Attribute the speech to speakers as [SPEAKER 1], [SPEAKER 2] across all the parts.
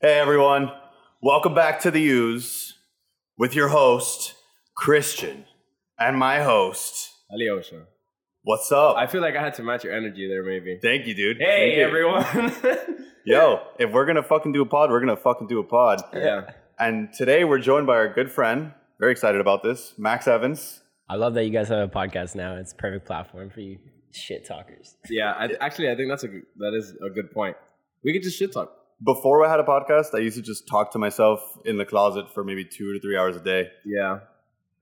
[SPEAKER 1] Hey everyone, welcome back to the Use with your host Christian and my host.
[SPEAKER 2] Alyosha.
[SPEAKER 1] What's up?
[SPEAKER 2] I feel like I had to match your energy there, maybe.
[SPEAKER 1] Thank you, dude. Thank
[SPEAKER 2] Hey,
[SPEAKER 1] you.
[SPEAKER 2] everyone.
[SPEAKER 1] Yo, if we're gonna fucking do a pod, we're gonna fucking do a pod.
[SPEAKER 2] yeah.
[SPEAKER 1] And today we're joined by our good friend. Very excited about this, Max Evans.
[SPEAKER 3] I love that you guys have a podcast now. It's a perfect platform for you shit talkers.
[SPEAKER 2] Yeah. I, actually, I think that's a g- that is a good point. We could just shit talk.
[SPEAKER 1] Before I had a podcast, I used to just talk to myself in the closet for maybe two to three hours a day.
[SPEAKER 2] Yeah.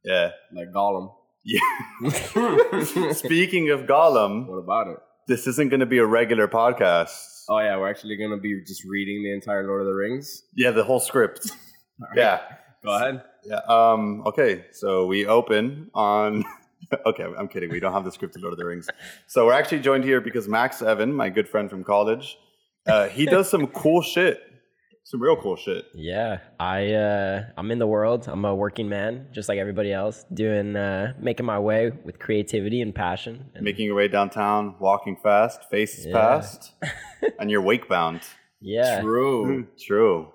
[SPEAKER 1] Yeah.
[SPEAKER 2] Like Gollum.
[SPEAKER 1] Yeah.
[SPEAKER 2] what
[SPEAKER 1] Speaking of Gollum,
[SPEAKER 2] about it?
[SPEAKER 1] this isn't gonna be a regular podcast.
[SPEAKER 2] Oh yeah, we're actually gonna be just reading the entire Lord of the Rings.
[SPEAKER 1] Yeah, the whole script.
[SPEAKER 2] All right,
[SPEAKER 1] Yeah.
[SPEAKER 2] Go ahead.
[SPEAKER 1] Yeah. Um, okay. So we open on. okay, I'm kidding. We don't have the script to Lord of the Rings. So we're actually joined here because Max Evan, my good friend from college, uh, he does some cool shit, some real cool shit.
[SPEAKER 3] Yeah, I uh, I'm in the world. I'm a working man, just like everybody else, doing uh, making my way with creativity and passion. And
[SPEAKER 1] Making your way downtown, walking fast, faces
[SPEAKER 3] Yeah.
[SPEAKER 1] past, and you're wake bound.
[SPEAKER 3] yeah,
[SPEAKER 2] True.
[SPEAKER 1] True.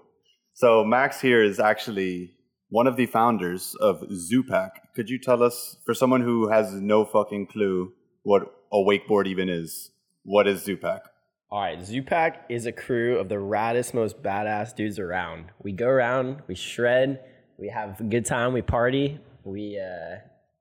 [SPEAKER 1] So Max here is actually one of the founders of Zupac. Could you tell us, for someone who has no fucking clue what a wakeboard even is, what is Zupac?
[SPEAKER 3] All right, Zupac is a crew of the raddest, most badass dudes around. We go around, we shred, we have a good time, we party, we uh,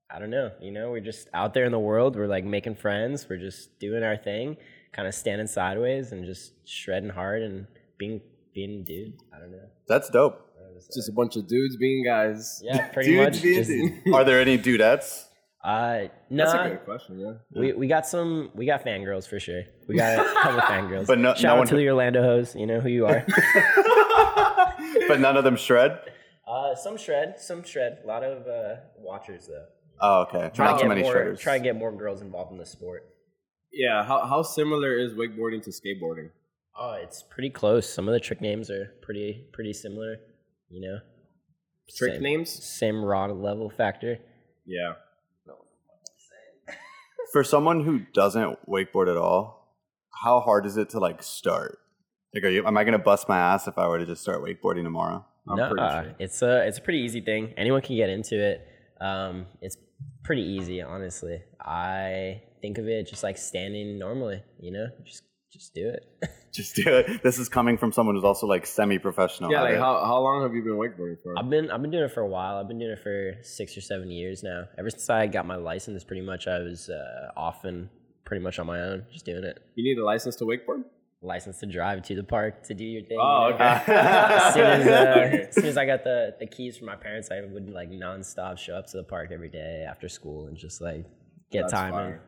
[SPEAKER 3] I don't know, you know, we're just out there in the world. We're like making friends. We're just doing our thing, kind of standing sideways and just shredding hard and being being dude. I don't know.
[SPEAKER 1] That's dope.
[SPEAKER 3] I don't know what to
[SPEAKER 2] It's
[SPEAKER 3] say.
[SPEAKER 2] just a bunch of dudes being guys.
[SPEAKER 3] yeah, pretty much. Just,
[SPEAKER 1] Are there any dudettes?
[SPEAKER 3] uh, no,
[SPEAKER 2] That's a good question. Yeah.
[SPEAKER 3] we, we got some, we got fangirls for sure. We got a couple fangirls.
[SPEAKER 1] But no-
[SPEAKER 3] Shout
[SPEAKER 1] no
[SPEAKER 3] out
[SPEAKER 1] one-
[SPEAKER 3] to the Orlando hoes. You know who you are.
[SPEAKER 1] but none of them shred?
[SPEAKER 3] Uh, some shred, some shred. A lot of uh, watchers though.
[SPEAKER 1] Oh, okay.
[SPEAKER 3] Try
[SPEAKER 1] Not
[SPEAKER 3] to
[SPEAKER 1] too
[SPEAKER 3] get
[SPEAKER 1] many
[SPEAKER 3] more,
[SPEAKER 1] shredders.
[SPEAKER 3] Try and get more girls involved in the sport.
[SPEAKER 2] Yeah. How how similar is wakeboarding to skateboarding?
[SPEAKER 3] Oh, it's pretty close. Some of the trick names are pretty pretty similar. You know,
[SPEAKER 2] Trick
[SPEAKER 3] same,
[SPEAKER 2] names?
[SPEAKER 3] same raw level factor.
[SPEAKER 2] Yeah.
[SPEAKER 1] For someone who doesn't wakeboard at all, how hard is it to like start? Like, are you, am I going to bust my ass if I were to just start wakeboarding tomorrow?
[SPEAKER 2] I'm
[SPEAKER 3] Nuh-uh.
[SPEAKER 2] pretty sure.
[SPEAKER 3] it's a it's a pretty easy thing. Anyone can get into it. Um, it's pretty easy, honestly. I think of it just like standing normally. You know, just just do it.
[SPEAKER 1] Just do it. This is coming from someone who's also like semi professional.
[SPEAKER 2] yeah. Like how how long have you been wakeboarding for?
[SPEAKER 3] I've been I've been doing it for a while. I've been doing it for six or seven years now. Ever since I got my license, pretty much I was uh, off and pretty much on my own, just doing it.
[SPEAKER 2] You need a license to wakeboard?
[SPEAKER 3] License to drive to the park to do your thing.
[SPEAKER 2] Oh,
[SPEAKER 3] you know?
[SPEAKER 2] okay.
[SPEAKER 3] As soon as, uh,
[SPEAKER 2] Okay.
[SPEAKER 3] as soon as I got the, the keys from my parents, I would like nonstop show up to the park every day after school and just like get
[SPEAKER 2] That's
[SPEAKER 3] time in.
[SPEAKER 2] fire.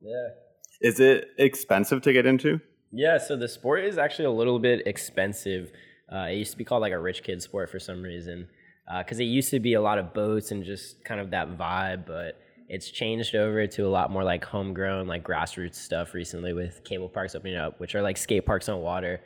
[SPEAKER 3] Yeah.
[SPEAKER 1] Is it expensive to get into?
[SPEAKER 3] Yeah, so the sport is actually a little bit expensive. Uh, it used to be called like a rich kid sport for some reason, because it used to be a lot of boats and just kind of that vibe. But it's changed over to a lot more like homegrown, like grassroots stuff recently with cable parks opening up, which are like skate parks on water.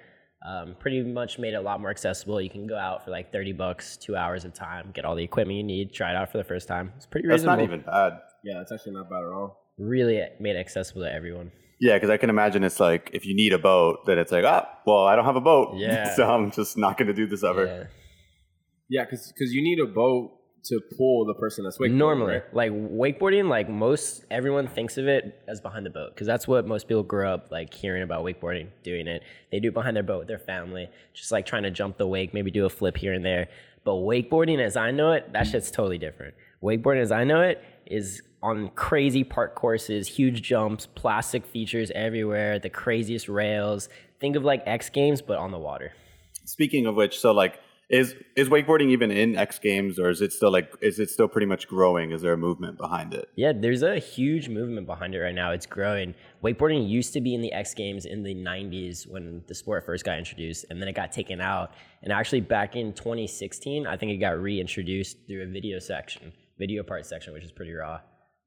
[SPEAKER 3] Um, pretty much made it a lot more accessible. You can go out for like thirty bucks, two hours of time, get all the equipment you need, try it out for the first time. It's pretty
[SPEAKER 1] That's
[SPEAKER 3] reasonable.
[SPEAKER 1] not even bad.
[SPEAKER 2] Yeah, it's actually not bad at all.
[SPEAKER 3] Really made it accessible to everyone.
[SPEAKER 1] Yeah, because I can imagine it's like if you need a boat, then it's like, ah, well, I don't have a boat.
[SPEAKER 3] Yeah.
[SPEAKER 1] so I'm just not going to do this ever.
[SPEAKER 3] Yeah.
[SPEAKER 2] Yeah, because you need a boat to pull the person that's wakeboarding.
[SPEAKER 3] normally
[SPEAKER 2] right?
[SPEAKER 3] like wakeboarding like most everyone thinks of it as behind the boat because that's what most people grow up like hearing about wakeboarding doing it they do it behind their boat with their family just like trying to jump the wake maybe do a flip here and there but wakeboarding as i know it that shit's totally different wakeboarding as i know it is on crazy park courses huge jumps plastic features everywhere the craziest rails think of like x games but on the water
[SPEAKER 1] Speaking of which, so like, is is wakeboarding even in X Games, or is it still like, is it still pretty much growing? Is there a movement behind it?
[SPEAKER 3] Yeah, there's a huge movement behind it right now. It's growing. Wakeboarding used to be in the X Games in the 90s when the sport first got introduced, and then it got taken out. And actually, back in 2016, I think it got reintroduced through a video section, video part section, which is pretty raw.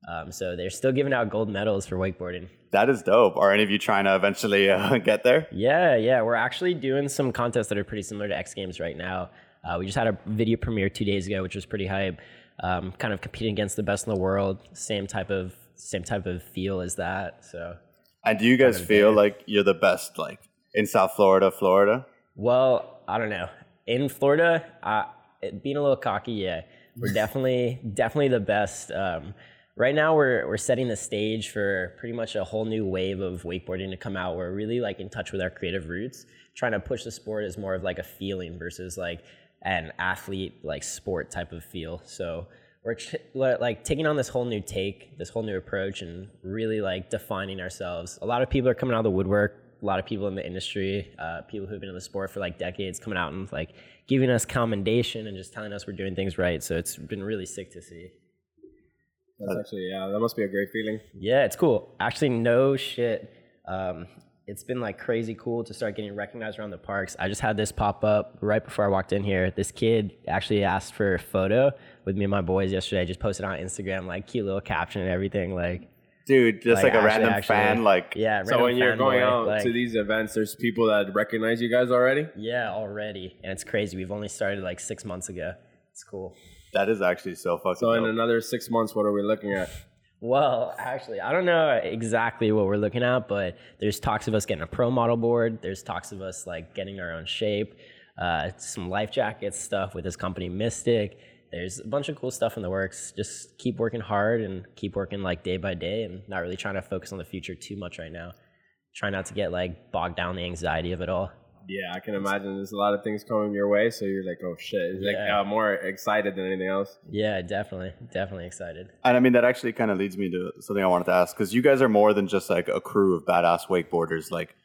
[SPEAKER 3] Um, so they're still giving out gold medals for wakeboarding.
[SPEAKER 1] That is dope. Are any of you trying to eventually uh, get there?
[SPEAKER 3] Yeah, yeah. We're actually doing some contests that are pretty similar to X Games right now. Uh, we just had a video premiere two days ago, which was pretty hype. Um, kind of competing against the best in the world. Same type of same type of feel as that. So,
[SPEAKER 1] And do you guys
[SPEAKER 3] Kinda
[SPEAKER 1] feel
[SPEAKER 3] there.
[SPEAKER 1] like you're the best, like in South Florida, Florida?
[SPEAKER 3] well, I don't know. In Florida, I, it- being a little cocky, yeah, we're definitely definitely the best. Um, right now, we're we're setting the stage for pretty much a whole new wave of wakeboarding to come out. We're really like in touch with our creative roots, trying to push the sport as more of like a feeling versus like an athlete like sport type of feel. So we're ch- li- like taking on this whole new take, this whole new approach, and really like defining ourselves. A lot of people are coming out of the woodwork. A lot of people in the industry, uh, people who've been in the sport for like decades, coming out and like giving us commendation and just telling us we're doing things right. So it's been really sick to see.
[SPEAKER 2] That's
[SPEAKER 3] Uh,
[SPEAKER 2] actually yeah. That must be a great feeling.
[SPEAKER 3] Yeah, it's cool. Actually, no shit. Um, it's been like crazy cool to start getting recognized around the parks. I just had this pop up right before I walked in here. This kid actually asked for a photo with me and my boys yesterday. I just posted on Instagram, like cute little caption and everything. Like,
[SPEAKER 1] dude, just like,
[SPEAKER 3] Like,
[SPEAKER 1] a
[SPEAKER 3] actually-
[SPEAKER 1] random
[SPEAKER 3] actually-
[SPEAKER 1] fan, like
[SPEAKER 3] yeah.
[SPEAKER 2] So
[SPEAKER 3] random
[SPEAKER 2] when you're
[SPEAKER 3] fanboy,
[SPEAKER 2] going out
[SPEAKER 3] like-
[SPEAKER 2] to these events, there's people that recognize you guys already.
[SPEAKER 3] yeah, already, and it's crazy. We've only started like six months ago. It's cool.
[SPEAKER 1] that is actually so fucking.
[SPEAKER 2] So in
[SPEAKER 1] dope.
[SPEAKER 2] another six months, what are we looking at?
[SPEAKER 3] Well, actually, I don't know exactly what we're looking at, but there's talks of us getting a pro model board. There's talks of us like getting our own shape, uh, some life jacket stuff with this company Mystic. There's a bunch of cool stuff in the works. Just keep working hard and keep working like day by day, and not really trying to focus on the future too much right now. Try not to get like bogged down in the anxiety of it all.
[SPEAKER 2] Yeah, I can imagine there's a lot of things coming your way, so you're like, oh shit, it's like
[SPEAKER 3] Yeah.
[SPEAKER 2] uh, more excited than anything else.
[SPEAKER 3] Yeah, definitely, definitely excited.
[SPEAKER 1] And I mean, that actually kind of leads me to something I wanted to ask because you guys are more than just like a crew of badass wakeboarders. Like,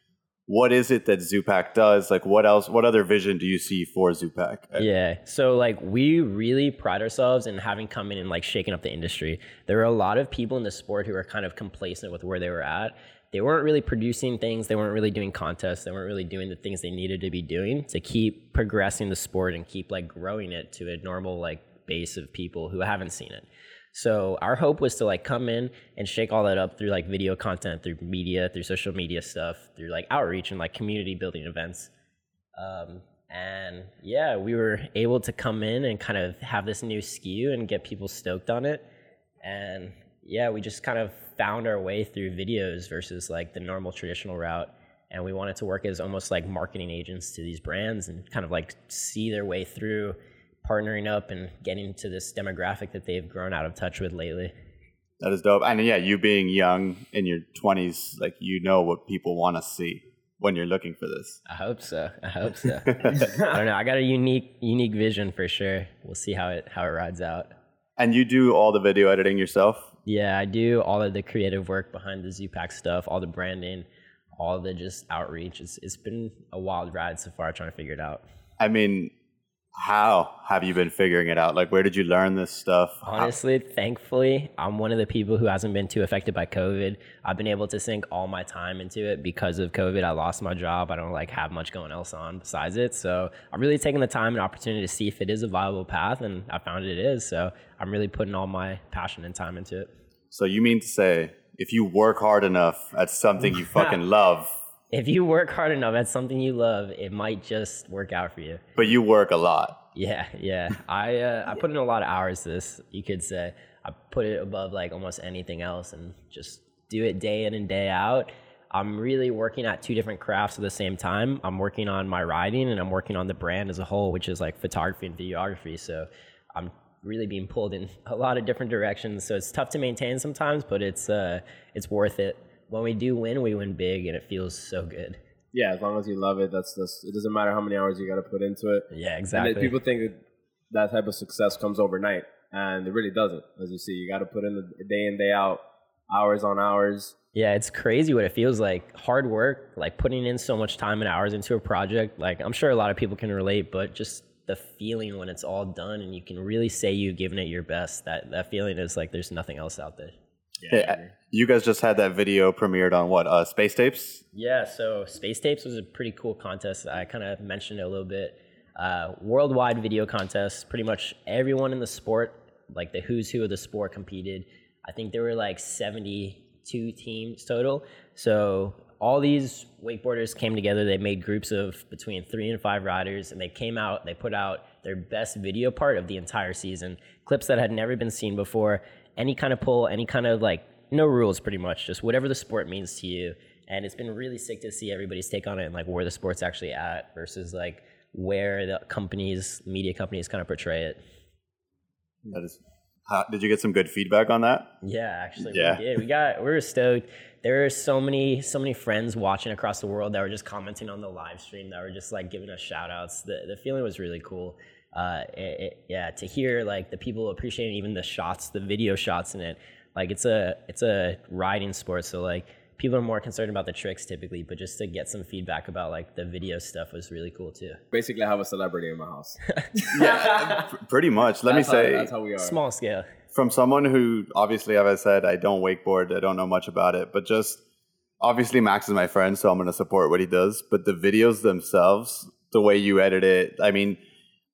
[SPEAKER 1] what is it that Zupac does? Like, what else, what other vision do you see for Zupac?
[SPEAKER 3] Yeah. So like we really pride ourselves in having come in and like shaking up the industry. There are a lot of people in the sport who are kind of complacent with where they were at. They weren't really producing things, they weren't really doing contests, they weren't really doing the things they needed to be doing to keep progressing the sport and keep like growing it to a normal like base of people who haven't seen it. So our hope was to like come in and shake all that up through like video content, through media, through social media stuff, through like outreach and like community building events. Um, and yeah, we were able to come in and kind of have this new skew and get people stoked on it. And yeah, we just kind of found our way through videos versus like the normal traditional route. And we wanted to work as almost like marketing agents to these brands and kind of like see their way through partnering up and getting to this demographic that they've grown out of touch with lately.
[SPEAKER 1] That is dope. And yeah, you being young in your 20s, like, you know what people want to see when you're looking for this.
[SPEAKER 3] I hope so. I hope so. I don't know. I got a unique unique vision for sure. We'll see how it how it rides out.
[SPEAKER 1] And you do all the video editing yourself.
[SPEAKER 3] Yeah, I do all of the creative work behind the Zupac stuff, all the branding, all the just outreach. It's it's been a wild ride so far trying to figure it out.
[SPEAKER 1] I mean, how have you been figuring it out? Like, where did you learn this stuff? How-
[SPEAKER 3] Honestly, thankfully, I'm one of the people who hasn't been too affected by COVID. I've been able to sink all my time into it because of COVID. I lost my job. I don't like have much going else on besides it. So I'm really taking the time and opportunity to see if it is a viable path and I found it is. So I'm really putting all my passion and time into it.
[SPEAKER 1] So, you mean to say if you work hard enough at something you fucking love,
[SPEAKER 3] If you work hard enough at something you love, it might just work out for you.
[SPEAKER 1] but you work a lot?
[SPEAKER 3] Yeah, yeah. I uh, I put in a lot of hours to this. You could say I put it above like almost anything else, and just do it day in and day out. I'm really working at two different crafts at the same time. I'm working on my riding, and I'm working on the brand as a whole, which is like photography and videography. So I'm really being pulled in a lot of different directions. So it's tough to maintain sometimes, but it's uh it's worth it. When we do win, we win big, and it feels so good.
[SPEAKER 2] Yeah, as long as you love it, that's that's. It doesn't matter how many hours you got to put into it.
[SPEAKER 3] Yeah,
[SPEAKER 2] And
[SPEAKER 3] exactly.
[SPEAKER 2] then people think that that type of success comes overnight, and it really doesn't. As you see, you got to put in the day in day out, hours on hours.
[SPEAKER 3] Yeah, it's crazy what it feels like. Hard work, like putting in so much time and hours into a project. Like I'm sure a lot of people can relate, but just the feeling when it's all done and you can really say you've given it your best. That that feeling is like there's nothing else out there.
[SPEAKER 1] Yeah, You guys just had that video premiered on what? Uh, Space Tapes?
[SPEAKER 3] Yeah, so Space Tapes was a pretty cool contest. I kind of mentioned it a little bit. Uh, worldwide video contest. Pretty much everyone in the sport, like the who's who of the sport, competed. I think there were like 72 teams total. So all these wakeboarders came together. They made groups of between three and five riders, and they came out. They put out their best video part of the entire season, clips that had never been seen before. Any kind of pull, any kind of like no rules, pretty much, just whatever the sport means to you and it's been really sick to see everybody's take on it and like where the sport's actually at versus like where the companies, media companies, kind of portray it.
[SPEAKER 1] That is. How, did you get some good feedback on that?
[SPEAKER 3] Yeah, actually,
[SPEAKER 1] Yeah.
[SPEAKER 3] we did. We got we were stoked. There were so many so many friends watching across the world that were just commenting on the live stream that were just like giving us shout outs. The the feeling was really cool. Uh, it- it- yeah, to hear like the people appreciating even the shots, the video shots in it. Like it's a it's a riding sport, so like people are more concerned about the tricks typically, but just to get some feedback about like the video stuff was really cool too.
[SPEAKER 2] Basically, I have a celebrity in my house.
[SPEAKER 1] Yeah, pr- pretty much. Let me
[SPEAKER 2] That's how-
[SPEAKER 1] say,
[SPEAKER 2] that's how we are.
[SPEAKER 3] Small scale.
[SPEAKER 1] from someone who obviously, as I said, I don't wakeboard, I don't know much about it, but just obviously Max is my friend, so I'm going to support what he does. But the videos themselves, the way you edit it, I mean,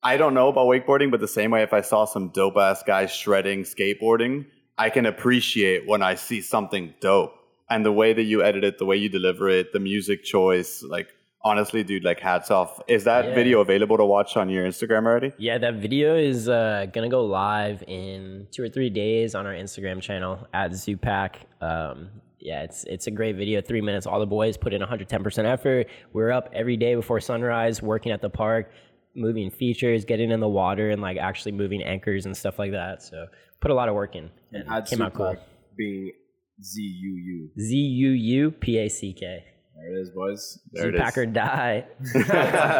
[SPEAKER 1] I don't know about wakeboarding, but the same way if I saw some dope ass guy shredding skateboarding, I can appreciate when I see something dope. And the way that you edit it, the way you deliver it, the music choice, like honestly, dude, like hats off. Is that
[SPEAKER 3] Yeah.
[SPEAKER 1] video available to watch on your Instagram already?
[SPEAKER 3] Yeah, that video is uh, gonna go live in two or three days on our Instagram channel at Zupac. Um, yeah, it's it's a great video. Three minutes. All the boys put in 110% effort. We're up every day before sunrise, working at the park, moving features, getting in the water, and like actually moving anchors and stuff like that. So put a lot of work in. And
[SPEAKER 2] Add
[SPEAKER 3] it came out cool.
[SPEAKER 2] Zupac Being Z U U.
[SPEAKER 3] Z U U P A C K.
[SPEAKER 2] There it is, boys.
[SPEAKER 1] There it is.
[SPEAKER 3] Zupac or die. Let's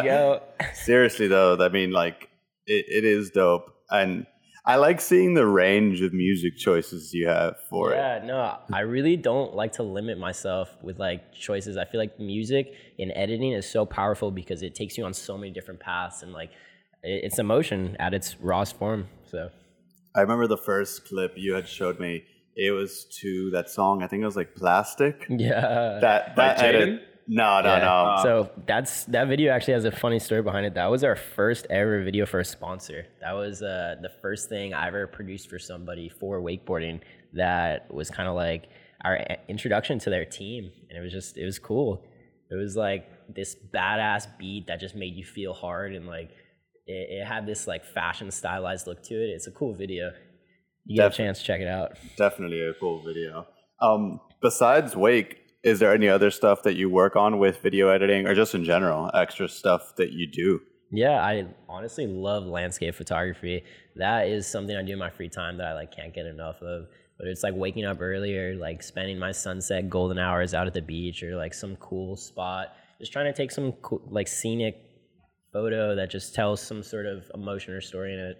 [SPEAKER 3] go.
[SPEAKER 1] Seriously though, I mean, like it, it is dope, and I like seeing the range of music choices you have for it.
[SPEAKER 3] yeah, no, I really don't like to limit myself with like choices. I feel like music and editing is so powerful because it takes you on so many different paths and like it- it's emotion at its rawest form. So
[SPEAKER 1] I remember the first clip you had showed me. It was to that song. I think it was like "Plastic."
[SPEAKER 3] yeah,
[SPEAKER 1] That
[SPEAKER 2] By
[SPEAKER 1] that edit.
[SPEAKER 2] Jaden?
[SPEAKER 1] No, no, no.
[SPEAKER 3] So that's that video actually has a funny story behind it. That was our first ever video for a sponsor. That was uh, the first thing I ever produced for somebody for wakeboarding. That was kind of like our i- introduction to their team, and it was just it was cool. It was like this badass beat that just made you feel hard, and like it, it had this like fashion stylized look to it. It's a cool video. You get a
[SPEAKER 1] Definitely.
[SPEAKER 3] chance, check it out.
[SPEAKER 1] Definitely a cool video. Um, besides Wake, is there any other stuff that you work on with video editing, or just in general, extra stuff that you do?
[SPEAKER 3] Yeah, I honestly love landscape photography. That is something I do in my free time that I like can't get enough of. But it's like waking up earlier, like spending my sunset golden hours out at the beach or like some cool spot, just trying to take some cool, like scenic photo that just tells some sort of emotion or story in it.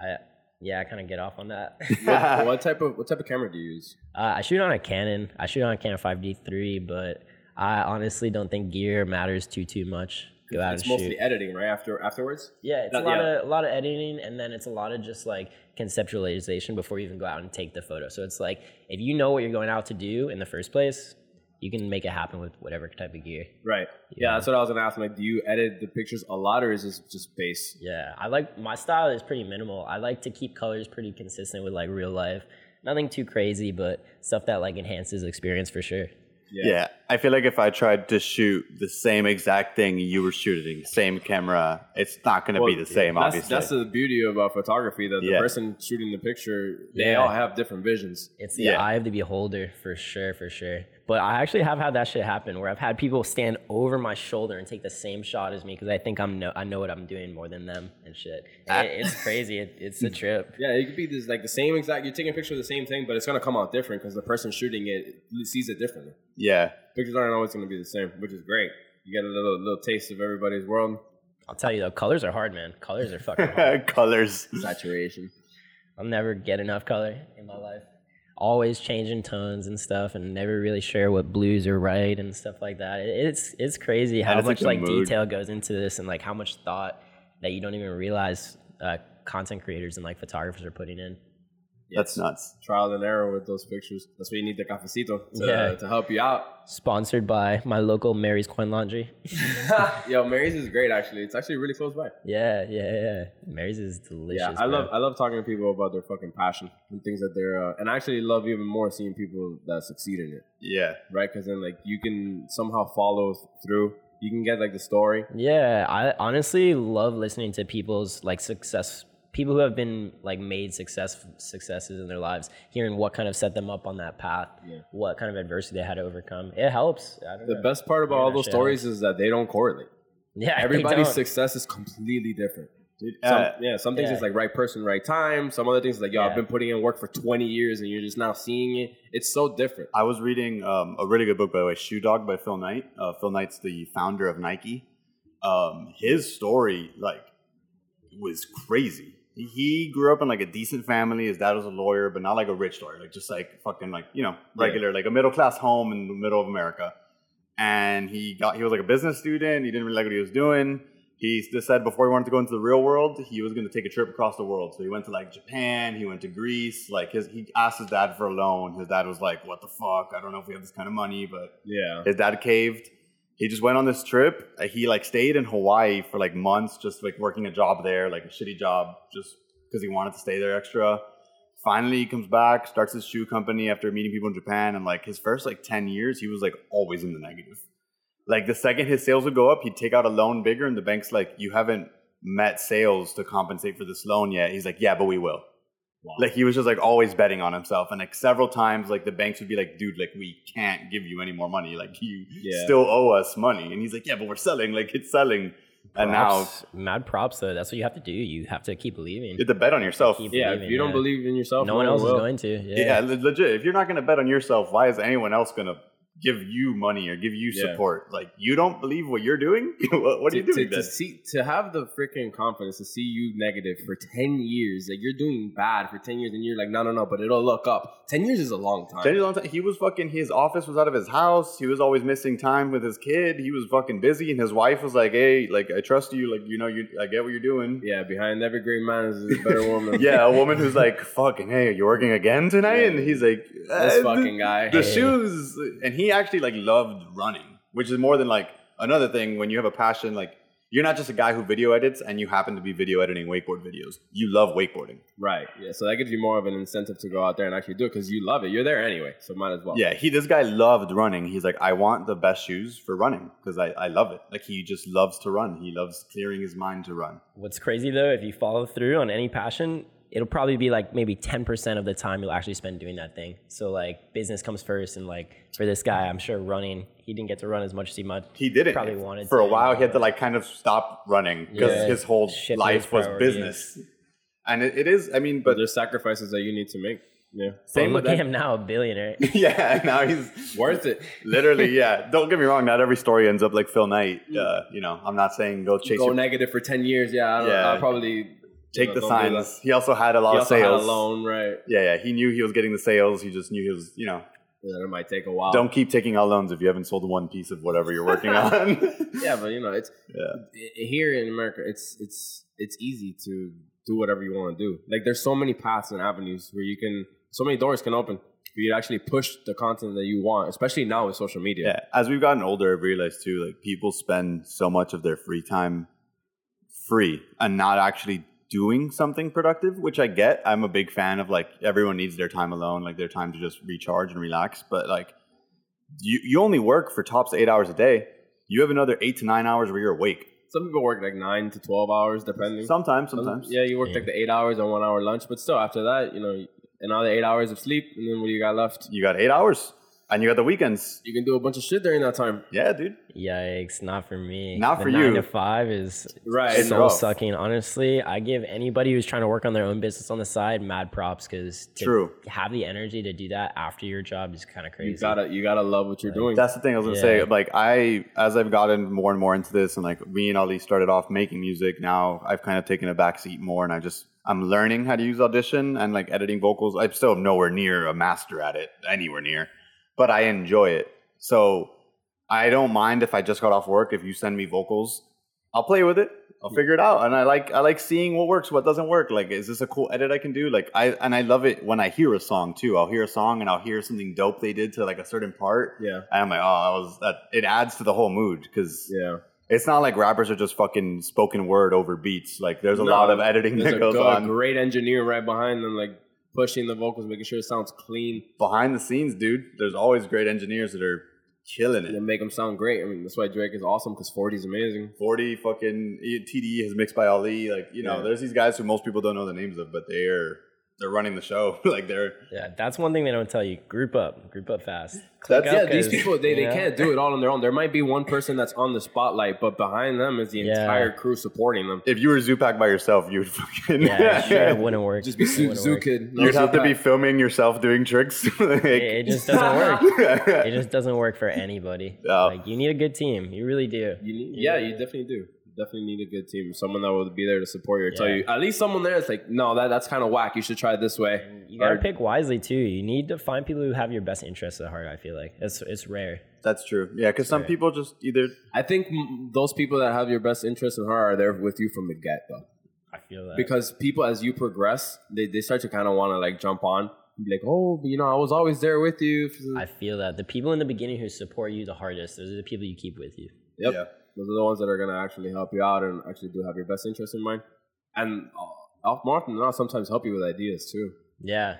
[SPEAKER 3] I yeah, I kind of get off on that.
[SPEAKER 2] What, what type of what type of camera do you use?
[SPEAKER 3] Uh, I shoot on a Canon. I shoot on a Canon 5D3, but I honestly don't think gear matters too too much. Go out
[SPEAKER 2] it's
[SPEAKER 3] and shoot.
[SPEAKER 2] mostly editing, right? After afterwards.
[SPEAKER 3] Yeah, it's
[SPEAKER 2] Not-
[SPEAKER 3] a lot
[SPEAKER 2] yeah.
[SPEAKER 3] of a lot of editing, and then it's a lot of just like conceptualization before you even go out and take the photo. So it's like if you know what you're going out to do in the first place, you can make it happen with whatever type of gear.
[SPEAKER 2] Right. Yeah, that's what I was gonna ask. Like, do you edit the pictures a lot, or is this just base?
[SPEAKER 3] Yeah, I like my style is pretty minimal. I like to keep colors pretty consistent with like real life. Nothing too crazy, but stuff that like enhances experience for sure.
[SPEAKER 1] Yeah. I feel like if I tried to shoot the same exact thing you were shooting, same camera, it's not going to be
[SPEAKER 2] Well,
[SPEAKER 1] the same,
[SPEAKER 2] that's,
[SPEAKER 1] obviously.
[SPEAKER 2] That's the beauty about photography that the
[SPEAKER 1] Yeah.
[SPEAKER 2] person shooting the picture, they
[SPEAKER 3] Yeah.
[SPEAKER 2] all have different visions.
[SPEAKER 3] It's the
[SPEAKER 1] Yeah.
[SPEAKER 3] eye of the beholder for sure, for sure. But I actually have had that shit happen where I've had people stand over my shoulder and take the same shot as me because I think I'm no, I know what I'm doing more than them and shit.
[SPEAKER 1] Ah.
[SPEAKER 3] It, it's crazy. It, it's a trip.
[SPEAKER 2] Yeah, it could be this like the same exact. You're taking a picture of the same thing, but it's gonna come out different because the person shooting it sees it differently.
[SPEAKER 1] yeah.
[SPEAKER 2] Pictures aren't always gonna be the same, which is great. You get a little little taste of everybody's world.
[SPEAKER 3] I'll tell you though, colors are hard, man. Colors are fucking hard.
[SPEAKER 1] Colors.
[SPEAKER 2] Saturation.
[SPEAKER 3] I'll never get enough color in my life. Always changing tones and stuff, and never really sure what blues are right and stuff like that. It- It's it's crazy how
[SPEAKER 1] it's like
[SPEAKER 3] much
[SPEAKER 1] the
[SPEAKER 3] like
[SPEAKER 1] mood.
[SPEAKER 3] detail goes into this, and like how much thought that you don't even realize uh, content creators and like photographers are putting in.
[SPEAKER 1] That's nuts.
[SPEAKER 2] Trial and error with those pictures. That's why you need the cafecito to,
[SPEAKER 3] Yeah.
[SPEAKER 2] to help you out.
[SPEAKER 3] Sponsored by my local Mary's Coin Laundry.
[SPEAKER 2] Yo, Mary's is great actually. It's actually really close by.
[SPEAKER 3] yeah, yeah, yeah. Mary's is delicious.
[SPEAKER 2] Yeah, I
[SPEAKER 3] bro.
[SPEAKER 2] love I love talking to people about their fucking passion and things that they're uh, and I actually love even more seeing people that succeed in it,
[SPEAKER 1] Yeah.
[SPEAKER 2] right? Because then like you can somehow follow through. You can get like the story.
[SPEAKER 3] Yeah, I honestly love listening to people's like success people who have been like made success successes in their lives, hearing what kind of set them up on that path,
[SPEAKER 2] Yeah.
[SPEAKER 3] what kind of adversity they had to overcome. It helps. I don't
[SPEAKER 2] The
[SPEAKER 3] know.
[SPEAKER 2] best part about
[SPEAKER 3] Yeah,
[SPEAKER 2] all
[SPEAKER 3] that
[SPEAKER 2] those
[SPEAKER 3] shit
[SPEAKER 2] stories is that they don't correlate.
[SPEAKER 3] Yeah, they
[SPEAKER 2] Everybody's
[SPEAKER 3] don't.
[SPEAKER 2] success is completely different.
[SPEAKER 1] Dude,
[SPEAKER 2] Some,
[SPEAKER 1] uh,
[SPEAKER 2] yeah, some things
[SPEAKER 3] yeah.
[SPEAKER 2] it's like right person, right time. Some other things like yo,
[SPEAKER 3] Yeah.
[SPEAKER 2] I've been putting in work for 20 years and you're just now seeing it. It's so different.
[SPEAKER 1] I was reading um, a really good book, by the way, Shoe Dog by Phil Knight. Uh, Phil Knight's the founder of Nike. Um, his story, like, was crazy. He grew up in like a decent family. His dad was a lawyer, but not like a rich lawyer, like just like fucking like you know regular, like a middle class home in the middle of America. And he got he was like a business student. He didn't really like what he was doing. He just said before he wanted to go into the real world, he was going to take a trip across the world. So he went to like Japan, he went to Greece. Like his, he asked his dad for a loan. His dad was like, "What the fuck? I don't know if we have this kind of money," but
[SPEAKER 2] Yeah.
[SPEAKER 1] his dad caved. He just went on this trip. Uh, He like stayed in Hawaii for like months, just like working a job there, like a shitty job, just because he wanted to stay there extra. Finally, he comes back, starts his shoe company after meeting people in Japan, and like his first like ten years, he was like always in the negative. Like the second his sales would go up, he'd take out a loan bigger, and the bank's like, "You haven't met sales to compensate for this loan yet." He's like, "Yeah, but we will." Like he was just like always betting on himself, and like several times, like the banks would be like, "Dude, like we can't give you any more money. Like you
[SPEAKER 2] Yeah.
[SPEAKER 1] still owe us money." And he's like, "Yeah, but we're selling. Like it's selling." And now
[SPEAKER 3] Props- mad props though. That's what you have to do. You have to keep believing.
[SPEAKER 1] you have to bet on yourself.
[SPEAKER 3] Keep-
[SPEAKER 2] yeah, if
[SPEAKER 3] believing,
[SPEAKER 2] you don't
[SPEAKER 3] yeah.
[SPEAKER 2] believe in yourself,
[SPEAKER 3] no one else is
[SPEAKER 2] will.
[SPEAKER 3] going to. Yeah.
[SPEAKER 1] Yeah, le- legit. If you're not gonna bet on yourself, why is anyone else gonna give you money or give you
[SPEAKER 2] Yeah.
[SPEAKER 1] support? Like you don't believe what you're doing. what, what are
[SPEAKER 2] to,
[SPEAKER 1] you doing?
[SPEAKER 2] to,
[SPEAKER 1] then?
[SPEAKER 2] to see to have the freaking confidence to see you negative for 10 years like you're doing bad for 10 years and you're like no no no but it'll look up 10 years is a long time
[SPEAKER 1] Teddy Long Time- He was fucking. His office was out of his house. He was always missing time with his kid. He was fucking busy, and his wife was like, "Hey, like I trust you. Like you know, you I get what you're doing."
[SPEAKER 2] yeah behind every great man is a better woman
[SPEAKER 1] Yeah, a woman who's like, "Fucking hey, you're working again tonight,"
[SPEAKER 2] Yeah.
[SPEAKER 1] and he's like,
[SPEAKER 2] this
[SPEAKER 1] "Uh,
[SPEAKER 2] fucking guy
[SPEAKER 1] the
[SPEAKER 3] Hey.
[SPEAKER 1] shoes." And he actually like loved running, which is more than like another thing when you have a passion. Like you're not just a guy who video edits and you happen to be video editing wakeboard videos. You love wakeboarding.
[SPEAKER 2] right yeah so that gives you more of an incentive to go out there and actually do it because you love it you're there anyway so might as well
[SPEAKER 1] Yeah, he this guy loved running. He's like, I want the best shoes for running because I, I love it. Like he just loves to run. He loves clearing his mind to run.
[SPEAKER 3] What's crazy though, if you follow through on any passion, it'll probably be like maybe 10% of the time you'll actually spend doing that thing. So like business comes first and like for this guy, I'm sure running, he didn't get to run as much as he much.
[SPEAKER 1] He didn't
[SPEAKER 3] Probably wanted
[SPEAKER 1] for a
[SPEAKER 3] to,
[SPEAKER 1] while. He had to like kind of stop running because
[SPEAKER 3] Yeah.
[SPEAKER 1] his whole
[SPEAKER 3] Shifted
[SPEAKER 1] life
[SPEAKER 3] his
[SPEAKER 1] was
[SPEAKER 3] priorities.
[SPEAKER 1] business. And it, it is, I mean,
[SPEAKER 2] but
[SPEAKER 1] but
[SPEAKER 2] there's sacrifices that you need to make yeah
[SPEAKER 3] Same
[SPEAKER 1] same
[SPEAKER 3] look
[SPEAKER 1] with
[SPEAKER 3] at
[SPEAKER 1] that.
[SPEAKER 3] him now, a billionaire.
[SPEAKER 1] yeah, now he's
[SPEAKER 2] worth it
[SPEAKER 1] literally, yeah. Don't get me wrong. Not every story ends up like Phil Knight. Uh, you know, I'm not saying go chase,
[SPEAKER 2] Mm. go
[SPEAKER 1] your,
[SPEAKER 2] negative for 10 years yeah i don't
[SPEAKER 1] Yeah.
[SPEAKER 2] I'll probably
[SPEAKER 1] take the
[SPEAKER 2] don't do that.
[SPEAKER 1] signs. He also had a lot
[SPEAKER 2] he
[SPEAKER 1] of
[SPEAKER 2] also had a
[SPEAKER 1] sales.
[SPEAKER 2] loan right
[SPEAKER 1] Yeah, yeah. He knew he was getting the sales. He just knew he was, you know,
[SPEAKER 2] yeah, it might take a while
[SPEAKER 1] Don't keep taking out loans if you haven't sold one piece of whatever you're working on.
[SPEAKER 2] yeah, but you know, it's
[SPEAKER 1] Yeah.
[SPEAKER 2] i- here in America, it's it's it's easy to do whatever you want to do. Like there's so many paths and avenues where you can, so many doors can open. where You actually push the content that you want, especially now with social media.
[SPEAKER 1] yeah. As we've gotten older, I've realized too, like people spend so much of their free time free and not actually doing something productive, which I get. I'm a big fan of like everyone needs their time alone, like their time to just recharge and relax. But like you, you only work for tops eight hours a day. You have another eight to nine hours where you're awake.
[SPEAKER 2] Some people work like nine to twelve hours, depending.
[SPEAKER 1] Sometimes, sometimes.
[SPEAKER 2] yeah, you work
[SPEAKER 3] Yeah.
[SPEAKER 2] like the eight hours and one hour lunch, but still after that, you know, another eight hours of sleep, and then what you got left?
[SPEAKER 1] You got eight hours and you got the weekends.
[SPEAKER 2] You can do a bunch of shit during that time.
[SPEAKER 1] Yeah, dude.
[SPEAKER 3] Yikes, not for me.
[SPEAKER 1] Not
[SPEAKER 3] The
[SPEAKER 1] for
[SPEAKER 3] Nine
[SPEAKER 1] you.
[SPEAKER 3] to five is
[SPEAKER 2] Right.
[SPEAKER 1] It's
[SPEAKER 3] soul
[SPEAKER 1] rough.
[SPEAKER 3] sucking. Honestly, I give anybody who's trying to work on their own business on the side mad props because to
[SPEAKER 1] True.
[SPEAKER 3] have the energy to do that after your job is kind of crazy.
[SPEAKER 2] You gotta you gotta love what you're doing.
[SPEAKER 1] That's the thing I was gonna say.
[SPEAKER 3] Yeah.
[SPEAKER 1] Like I, as I've gotten more and more into this, and like me and Ali started off making music. Now I've kind of taken a backseat more, and I just I'm learning how to use Audition and like editing vocals. I'm still nowhere near a master at it, anywhere near, but I enjoy it. So I don't mind if I just got off work. If you send me vocals, I'll play with it. I'll figure it out. And I like I like seeing what works, what doesn't work. Like, is this a cool edit I can do? Like I and I love it when I hear a song too. I'll hear a song and I'll hear something dope they did to like a certain part.
[SPEAKER 2] yeah,
[SPEAKER 1] And I'm like, oh, I was that. It adds to the whole mood because
[SPEAKER 2] yeah.
[SPEAKER 1] it's not like rappers are just fucking spoken word over beats. Like there's a
[SPEAKER 2] No,
[SPEAKER 1] lot of editing
[SPEAKER 2] There's
[SPEAKER 1] that
[SPEAKER 2] a
[SPEAKER 1] goes
[SPEAKER 2] go-
[SPEAKER 1] on
[SPEAKER 2] great engineer right behind them, like pushing the vocals, making sure it sounds clean
[SPEAKER 1] behind the scenes, dude. There's always great engineers that are killing it.
[SPEAKER 2] and make them sound great. I mean, that's why Drake is awesome because 40 is amazing.
[SPEAKER 1] Forty E, fucking TDE is mixed by Ali. Like you know,
[SPEAKER 2] Yeah.
[SPEAKER 1] there's these guys who most people don't know the names of, but they are they're running the show. like they're
[SPEAKER 3] Yeah, that's one thing they don't tell you. Group up, group up fast. Click
[SPEAKER 1] That's-
[SPEAKER 3] up
[SPEAKER 2] Yeah, these
[SPEAKER 3] 'cause,
[SPEAKER 2] people they, they
[SPEAKER 3] you know,
[SPEAKER 2] can't do it all on their own. There might be one person that's on the spotlight, but behind them is the
[SPEAKER 3] Yeah.
[SPEAKER 2] entire crew supporting them.
[SPEAKER 1] if you were Zupac by yourself, you would fucking
[SPEAKER 3] Yeah, sure, it wouldn't work.
[SPEAKER 2] Just be
[SPEAKER 3] It
[SPEAKER 2] Zoo,
[SPEAKER 3] wouldn't
[SPEAKER 2] zoo
[SPEAKER 3] work.
[SPEAKER 2] Kid. no
[SPEAKER 1] You'd have to be
[SPEAKER 2] Zupac.
[SPEAKER 1] filming yourself doing tricks. like,
[SPEAKER 3] It, it just doesn't work. It just doesn't work for anybody.
[SPEAKER 1] Yeah.
[SPEAKER 3] Like you need a good team. You really do.
[SPEAKER 2] You need, yeah, you definitely do. You definitely need a good team, someone that will be there to support you, or tell
[SPEAKER 3] Yeah.
[SPEAKER 2] you at least someone there is like, no, that, that's kind of whack. You should try it this way.
[SPEAKER 3] You gotta
[SPEAKER 2] Or-
[SPEAKER 3] pick wisely too. You need to find people who have your best interests at heart. I feel like it's it's rare.
[SPEAKER 1] That's true. Yeah, because some
[SPEAKER 3] Right.
[SPEAKER 1] people just either
[SPEAKER 2] I think mm, those people that have your best interest in heart are there with you from the get though.
[SPEAKER 3] I feel that
[SPEAKER 2] because people as you progress they, they start to kind of want to like jump on and be like oh you know i was always there with you
[SPEAKER 3] I feel that the people in the beginning who support you the hardest, those are the people you keep with you.
[SPEAKER 2] yep
[SPEAKER 1] yeah.
[SPEAKER 2] those are the ones that are going to actually help you out and actually do have your best interest in mind and uh, more often than not sometimes help you with ideas too
[SPEAKER 3] Yeah.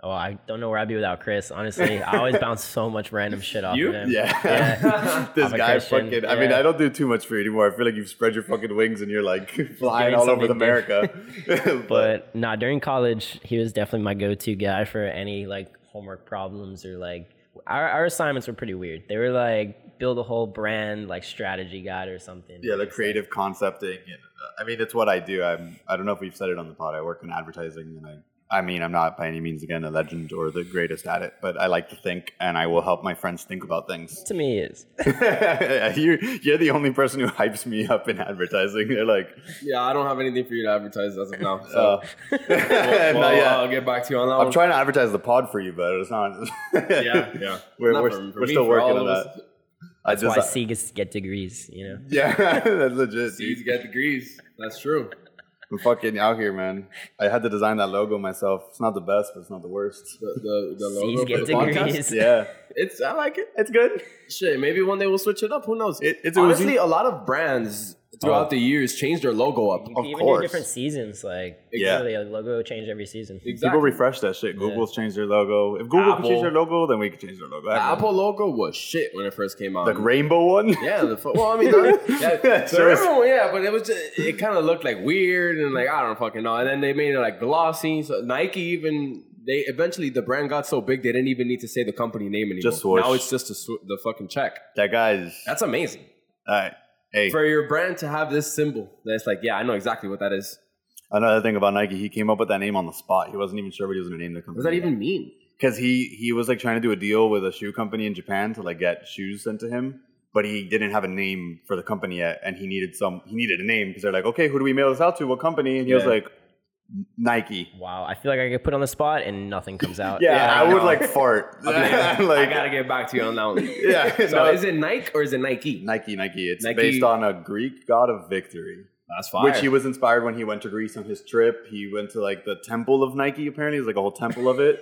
[SPEAKER 3] Oh, I don't know where I'd be without Chris. Honestly, I always bounce so much random shit off
[SPEAKER 2] You?
[SPEAKER 3] of him.
[SPEAKER 1] Yeah.
[SPEAKER 3] Yeah.
[SPEAKER 1] this
[SPEAKER 3] I'm a
[SPEAKER 1] guy
[SPEAKER 3] Christian.
[SPEAKER 1] fucking. I mean,
[SPEAKER 3] Yeah.
[SPEAKER 1] I don't do too much for you anymore. I feel like you've spread your fucking wings and you're like flying all over
[SPEAKER 3] something
[SPEAKER 1] America.
[SPEAKER 3] But nah, during college, he was definitely my go-to guy for any like homework problems or like our, our assignments were pretty weird. They were like build a whole brand like strategy guide or something.
[SPEAKER 1] yeah, the
[SPEAKER 3] Just, like,
[SPEAKER 1] creative concepting. And, uh, I mean, it's what I do. I'm. I don't know if we've said it on the pod. I work in advertising, and I. I mean, I'm not by any means again a legend or the greatest at it, but I like to think, and I will help my friends think about things.
[SPEAKER 3] to me is
[SPEAKER 1] you, you're the only person who hypes me up in advertising. They're like,
[SPEAKER 2] yeah i don't have anything for you to advertise as of now so
[SPEAKER 1] uh,
[SPEAKER 2] well,
[SPEAKER 1] not yet.
[SPEAKER 2] i'll get back to you on that
[SPEAKER 1] I'm
[SPEAKER 2] one.
[SPEAKER 1] trying to advertise the pod for you, but it's not.
[SPEAKER 2] yeah yeah
[SPEAKER 1] We're,
[SPEAKER 2] Not
[SPEAKER 1] we're,
[SPEAKER 2] for- for
[SPEAKER 1] we're
[SPEAKER 2] me,
[SPEAKER 1] still
[SPEAKER 2] for
[SPEAKER 1] working
[SPEAKER 2] all
[SPEAKER 1] on
[SPEAKER 2] of us.
[SPEAKER 1] that. I
[SPEAKER 3] that's why
[SPEAKER 1] just,
[SPEAKER 3] Seagulls get degrees. You know,
[SPEAKER 1] yeah, that's legit.
[SPEAKER 2] See, you
[SPEAKER 1] Dude.
[SPEAKER 2] get degrees that's true
[SPEAKER 1] I'm fucking out here, man. I had to design that logo myself. It's not the best, but it's not the worst.
[SPEAKER 2] the, the, the
[SPEAKER 3] Seas
[SPEAKER 2] logo
[SPEAKER 3] get
[SPEAKER 2] for the podcast
[SPEAKER 3] degrees.
[SPEAKER 1] Yeah,
[SPEAKER 2] it's i like it
[SPEAKER 1] it's good.
[SPEAKER 2] Shit, maybe one day we'll switch it up. Who knows?
[SPEAKER 1] It- it's a
[SPEAKER 2] honestly
[SPEAKER 1] Uzi.
[SPEAKER 2] a lot of brands throughout
[SPEAKER 1] Oh.
[SPEAKER 2] the years change their logo up.
[SPEAKER 1] Of
[SPEAKER 3] even
[SPEAKER 1] course.
[SPEAKER 3] in different seasons, like
[SPEAKER 1] Yeah.
[SPEAKER 3] literally, a logo change every season.
[SPEAKER 2] Exactly.
[SPEAKER 1] People refresh that shit. Google's changed their logo. If Google can change
[SPEAKER 2] Apple.
[SPEAKER 1] their logo, then we can change their logo.
[SPEAKER 2] The
[SPEAKER 1] Everyone-
[SPEAKER 2] Apple logo was shit when it first came out.
[SPEAKER 1] the rainbow one.
[SPEAKER 2] yeah, the fu- well, I mean, the, yeah, the
[SPEAKER 1] Sure.
[SPEAKER 2] original one, yeah, but it was just, it kind of looked like weird and like I don't fucking know. And then they made it like glossy. So Nike even they eventually the brand got so big they didn't even need to say the company name anymore.
[SPEAKER 1] Just swoosh.
[SPEAKER 2] Now it's just a sw- the fucking check.
[SPEAKER 1] That guy's.
[SPEAKER 2] That's amazing
[SPEAKER 1] Alright. Hey,
[SPEAKER 2] for your brand to have this symbol. That's like yeah, I know exactly what that is.
[SPEAKER 1] another thing about Nike, he came up with that name on the spot. He wasn't even sure what he was going to name the company.
[SPEAKER 2] What does that even mean?
[SPEAKER 1] because he he was like trying to do a deal with a shoe company in Japan to like get shoes sent to him, but he didn't have a name for the company yet, and he needed some he needed a name because they're like, okay, who do we mail this out to? What company? And he was
[SPEAKER 2] Yeah.
[SPEAKER 1] like, Nike.
[SPEAKER 3] Wow, I feel like I get put on the spot and nothing comes out.
[SPEAKER 1] Yeah,
[SPEAKER 2] Yeah,
[SPEAKER 1] I,
[SPEAKER 2] I
[SPEAKER 1] would
[SPEAKER 2] know.
[SPEAKER 1] like fart.
[SPEAKER 2] I'll be like, I
[SPEAKER 1] Like,
[SPEAKER 2] gotta get back to you on that one.
[SPEAKER 1] yeah,
[SPEAKER 2] So
[SPEAKER 1] no,
[SPEAKER 2] is it Nike or is it Nike?
[SPEAKER 1] Nike, Nike. It's
[SPEAKER 2] Nike-
[SPEAKER 1] based on a Greek god of victory,
[SPEAKER 2] That's fine.
[SPEAKER 1] which he was inspired when he went to Greece on his trip. He went to like the temple of Nike. Apparently, there's like a whole temple of it.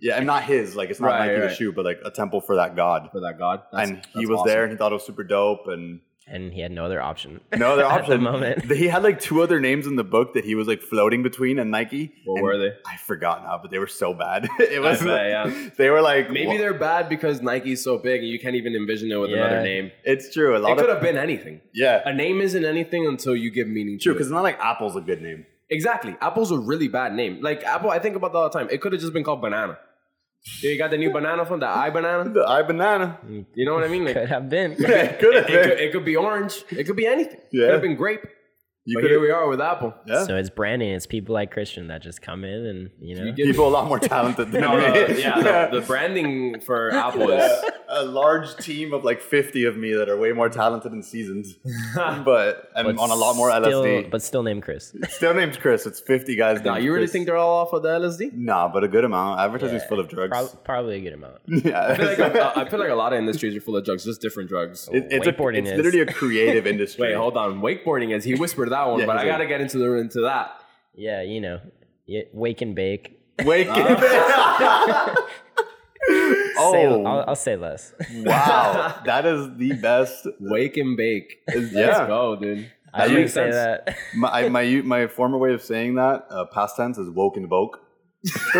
[SPEAKER 1] Yeah, and not his. Like, it's not
[SPEAKER 2] Right,
[SPEAKER 1] Nike the
[SPEAKER 2] right.
[SPEAKER 1] shoe, but like a temple for that god.
[SPEAKER 2] for that god. That's-
[SPEAKER 1] and he
[SPEAKER 2] that's
[SPEAKER 1] was
[SPEAKER 2] awesome.
[SPEAKER 1] there and he thought it was super dope and
[SPEAKER 3] and he had no other option.
[SPEAKER 1] no other
[SPEAKER 3] At the
[SPEAKER 1] option
[SPEAKER 3] moment.
[SPEAKER 1] he had like two other names in the book that he was like floating between and nike
[SPEAKER 2] What
[SPEAKER 1] and
[SPEAKER 2] were they?
[SPEAKER 1] i forgot now but they were so bad it was
[SPEAKER 2] bet, yeah.
[SPEAKER 1] they were like
[SPEAKER 2] Maybe
[SPEAKER 1] wha-
[SPEAKER 2] they're bad because Nike's so big and you can't even envision it with
[SPEAKER 3] Yeah.
[SPEAKER 2] another name.
[SPEAKER 1] it's true a
[SPEAKER 2] It
[SPEAKER 1] lot
[SPEAKER 2] could
[SPEAKER 1] of
[SPEAKER 2] have been anything.
[SPEAKER 1] yeah
[SPEAKER 2] A name isn't anything until you give meaning
[SPEAKER 1] true
[SPEAKER 2] to
[SPEAKER 1] because
[SPEAKER 2] it.
[SPEAKER 1] it's not like apple's a good name
[SPEAKER 2] Exactly. Apple's a really bad name. Like Apple, I think about that all the time. It could have just been called banana. Yeah, You got the new banana phone, the i banana.
[SPEAKER 1] the i banana
[SPEAKER 2] You know what I mean? Like,
[SPEAKER 3] Could have been.
[SPEAKER 1] yeah, could have
[SPEAKER 2] it, could,
[SPEAKER 1] been.
[SPEAKER 2] it could be orange. It could be anything.
[SPEAKER 1] Yeah.
[SPEAKER 2] It could have been grape.
[SPEAKER 1] you
[SPEAKER 2] but
[SPEAKER 1] could
[SPEAKER 2] here
[SPEAKER 1] have
[SPEAKER 2] we are with Apple.
[SPEAKER 1] yeah.
[SPEAKER 3] So it's branding. It's people like Christian that just come in and you know.
[SPEAKER 2] You get-
[SPEAKER 1] people a lot more talented than
[SPEAKER 2] No,
[SPEAKER 1] me
[SPEAKER 2] no, yeah, no, the branding for Apple is
[SPEAKER 1] Yeah, a large team of like 50 of me that are way more talented and seasoned but and
[SPEAKER 3] but
[SPEAKER 1] on a lot more
[SPEAKER 3] still,
[SPEAKER 1] lsd
[SPEAKER 3] but still named Chris.
[SPEAKER 1] Still named Chris. It's 50 guys.
[SPEAKER 2] Nah,
[SPEAKER 1] named
[SPEAKER 2] you really
[SPEAKER 1] Chris.
[SPEAKER 2] think they're all off of the LSD?
[SPEAKER 1] Nah, but a good amount. Advertising's
[SPEAKER 3] Yeah.
[SPEAKER 1] full of drugs.
[SPEAKER 3] Prob- probably a good amount.
[SPEAKER 1] yeah.
[SPEAKER 2] I feel, like uh, a, I feel like a lot of industries are full of drugs, just different drugs.
[SPEAKER 1] It- it's, a,
[SPEAKER 3] wakeboarding
[SPEAKER 1] it's
[SPEAKER 3] is.
[SPEAKER 1] literally a creative industry.
[SPEAKER 2] Wait, hold on. Wakeboarding is he whispered that one,
[SPEAKER 1] Yeah,
[SPEAKER 2] but
[SPEAKER 1] he's
[SPEAKER 2] I
[SPEAKER 1] like-
[SPEAKER 2] gotta get into the into that.
[SPEAKER 3] Yeah, you know, yeah, wake and bake.
[SPEAKER 1] Wake oh,
[SPEAKER 3] Say, I'll, I'll say less.
[SPEAKER 1] wow. That is the best.
[SPEAKER 2] Wake and bake. Let's
[SPEAKER 1] Yeah.
[SPEAKER 2] go, dude.
[SPEAKER 3] I
[SPEAKER 1] That
[SPEAKER 3] didn't
[SPEAKER 1] makes
[SPEAKER 3] say
[SPEAKER 2] sense.
[SPEAKER 3] that.
[SPEAKER 1] My, I- my, u- my former way of saying that, uh, past tense, is woke and woke.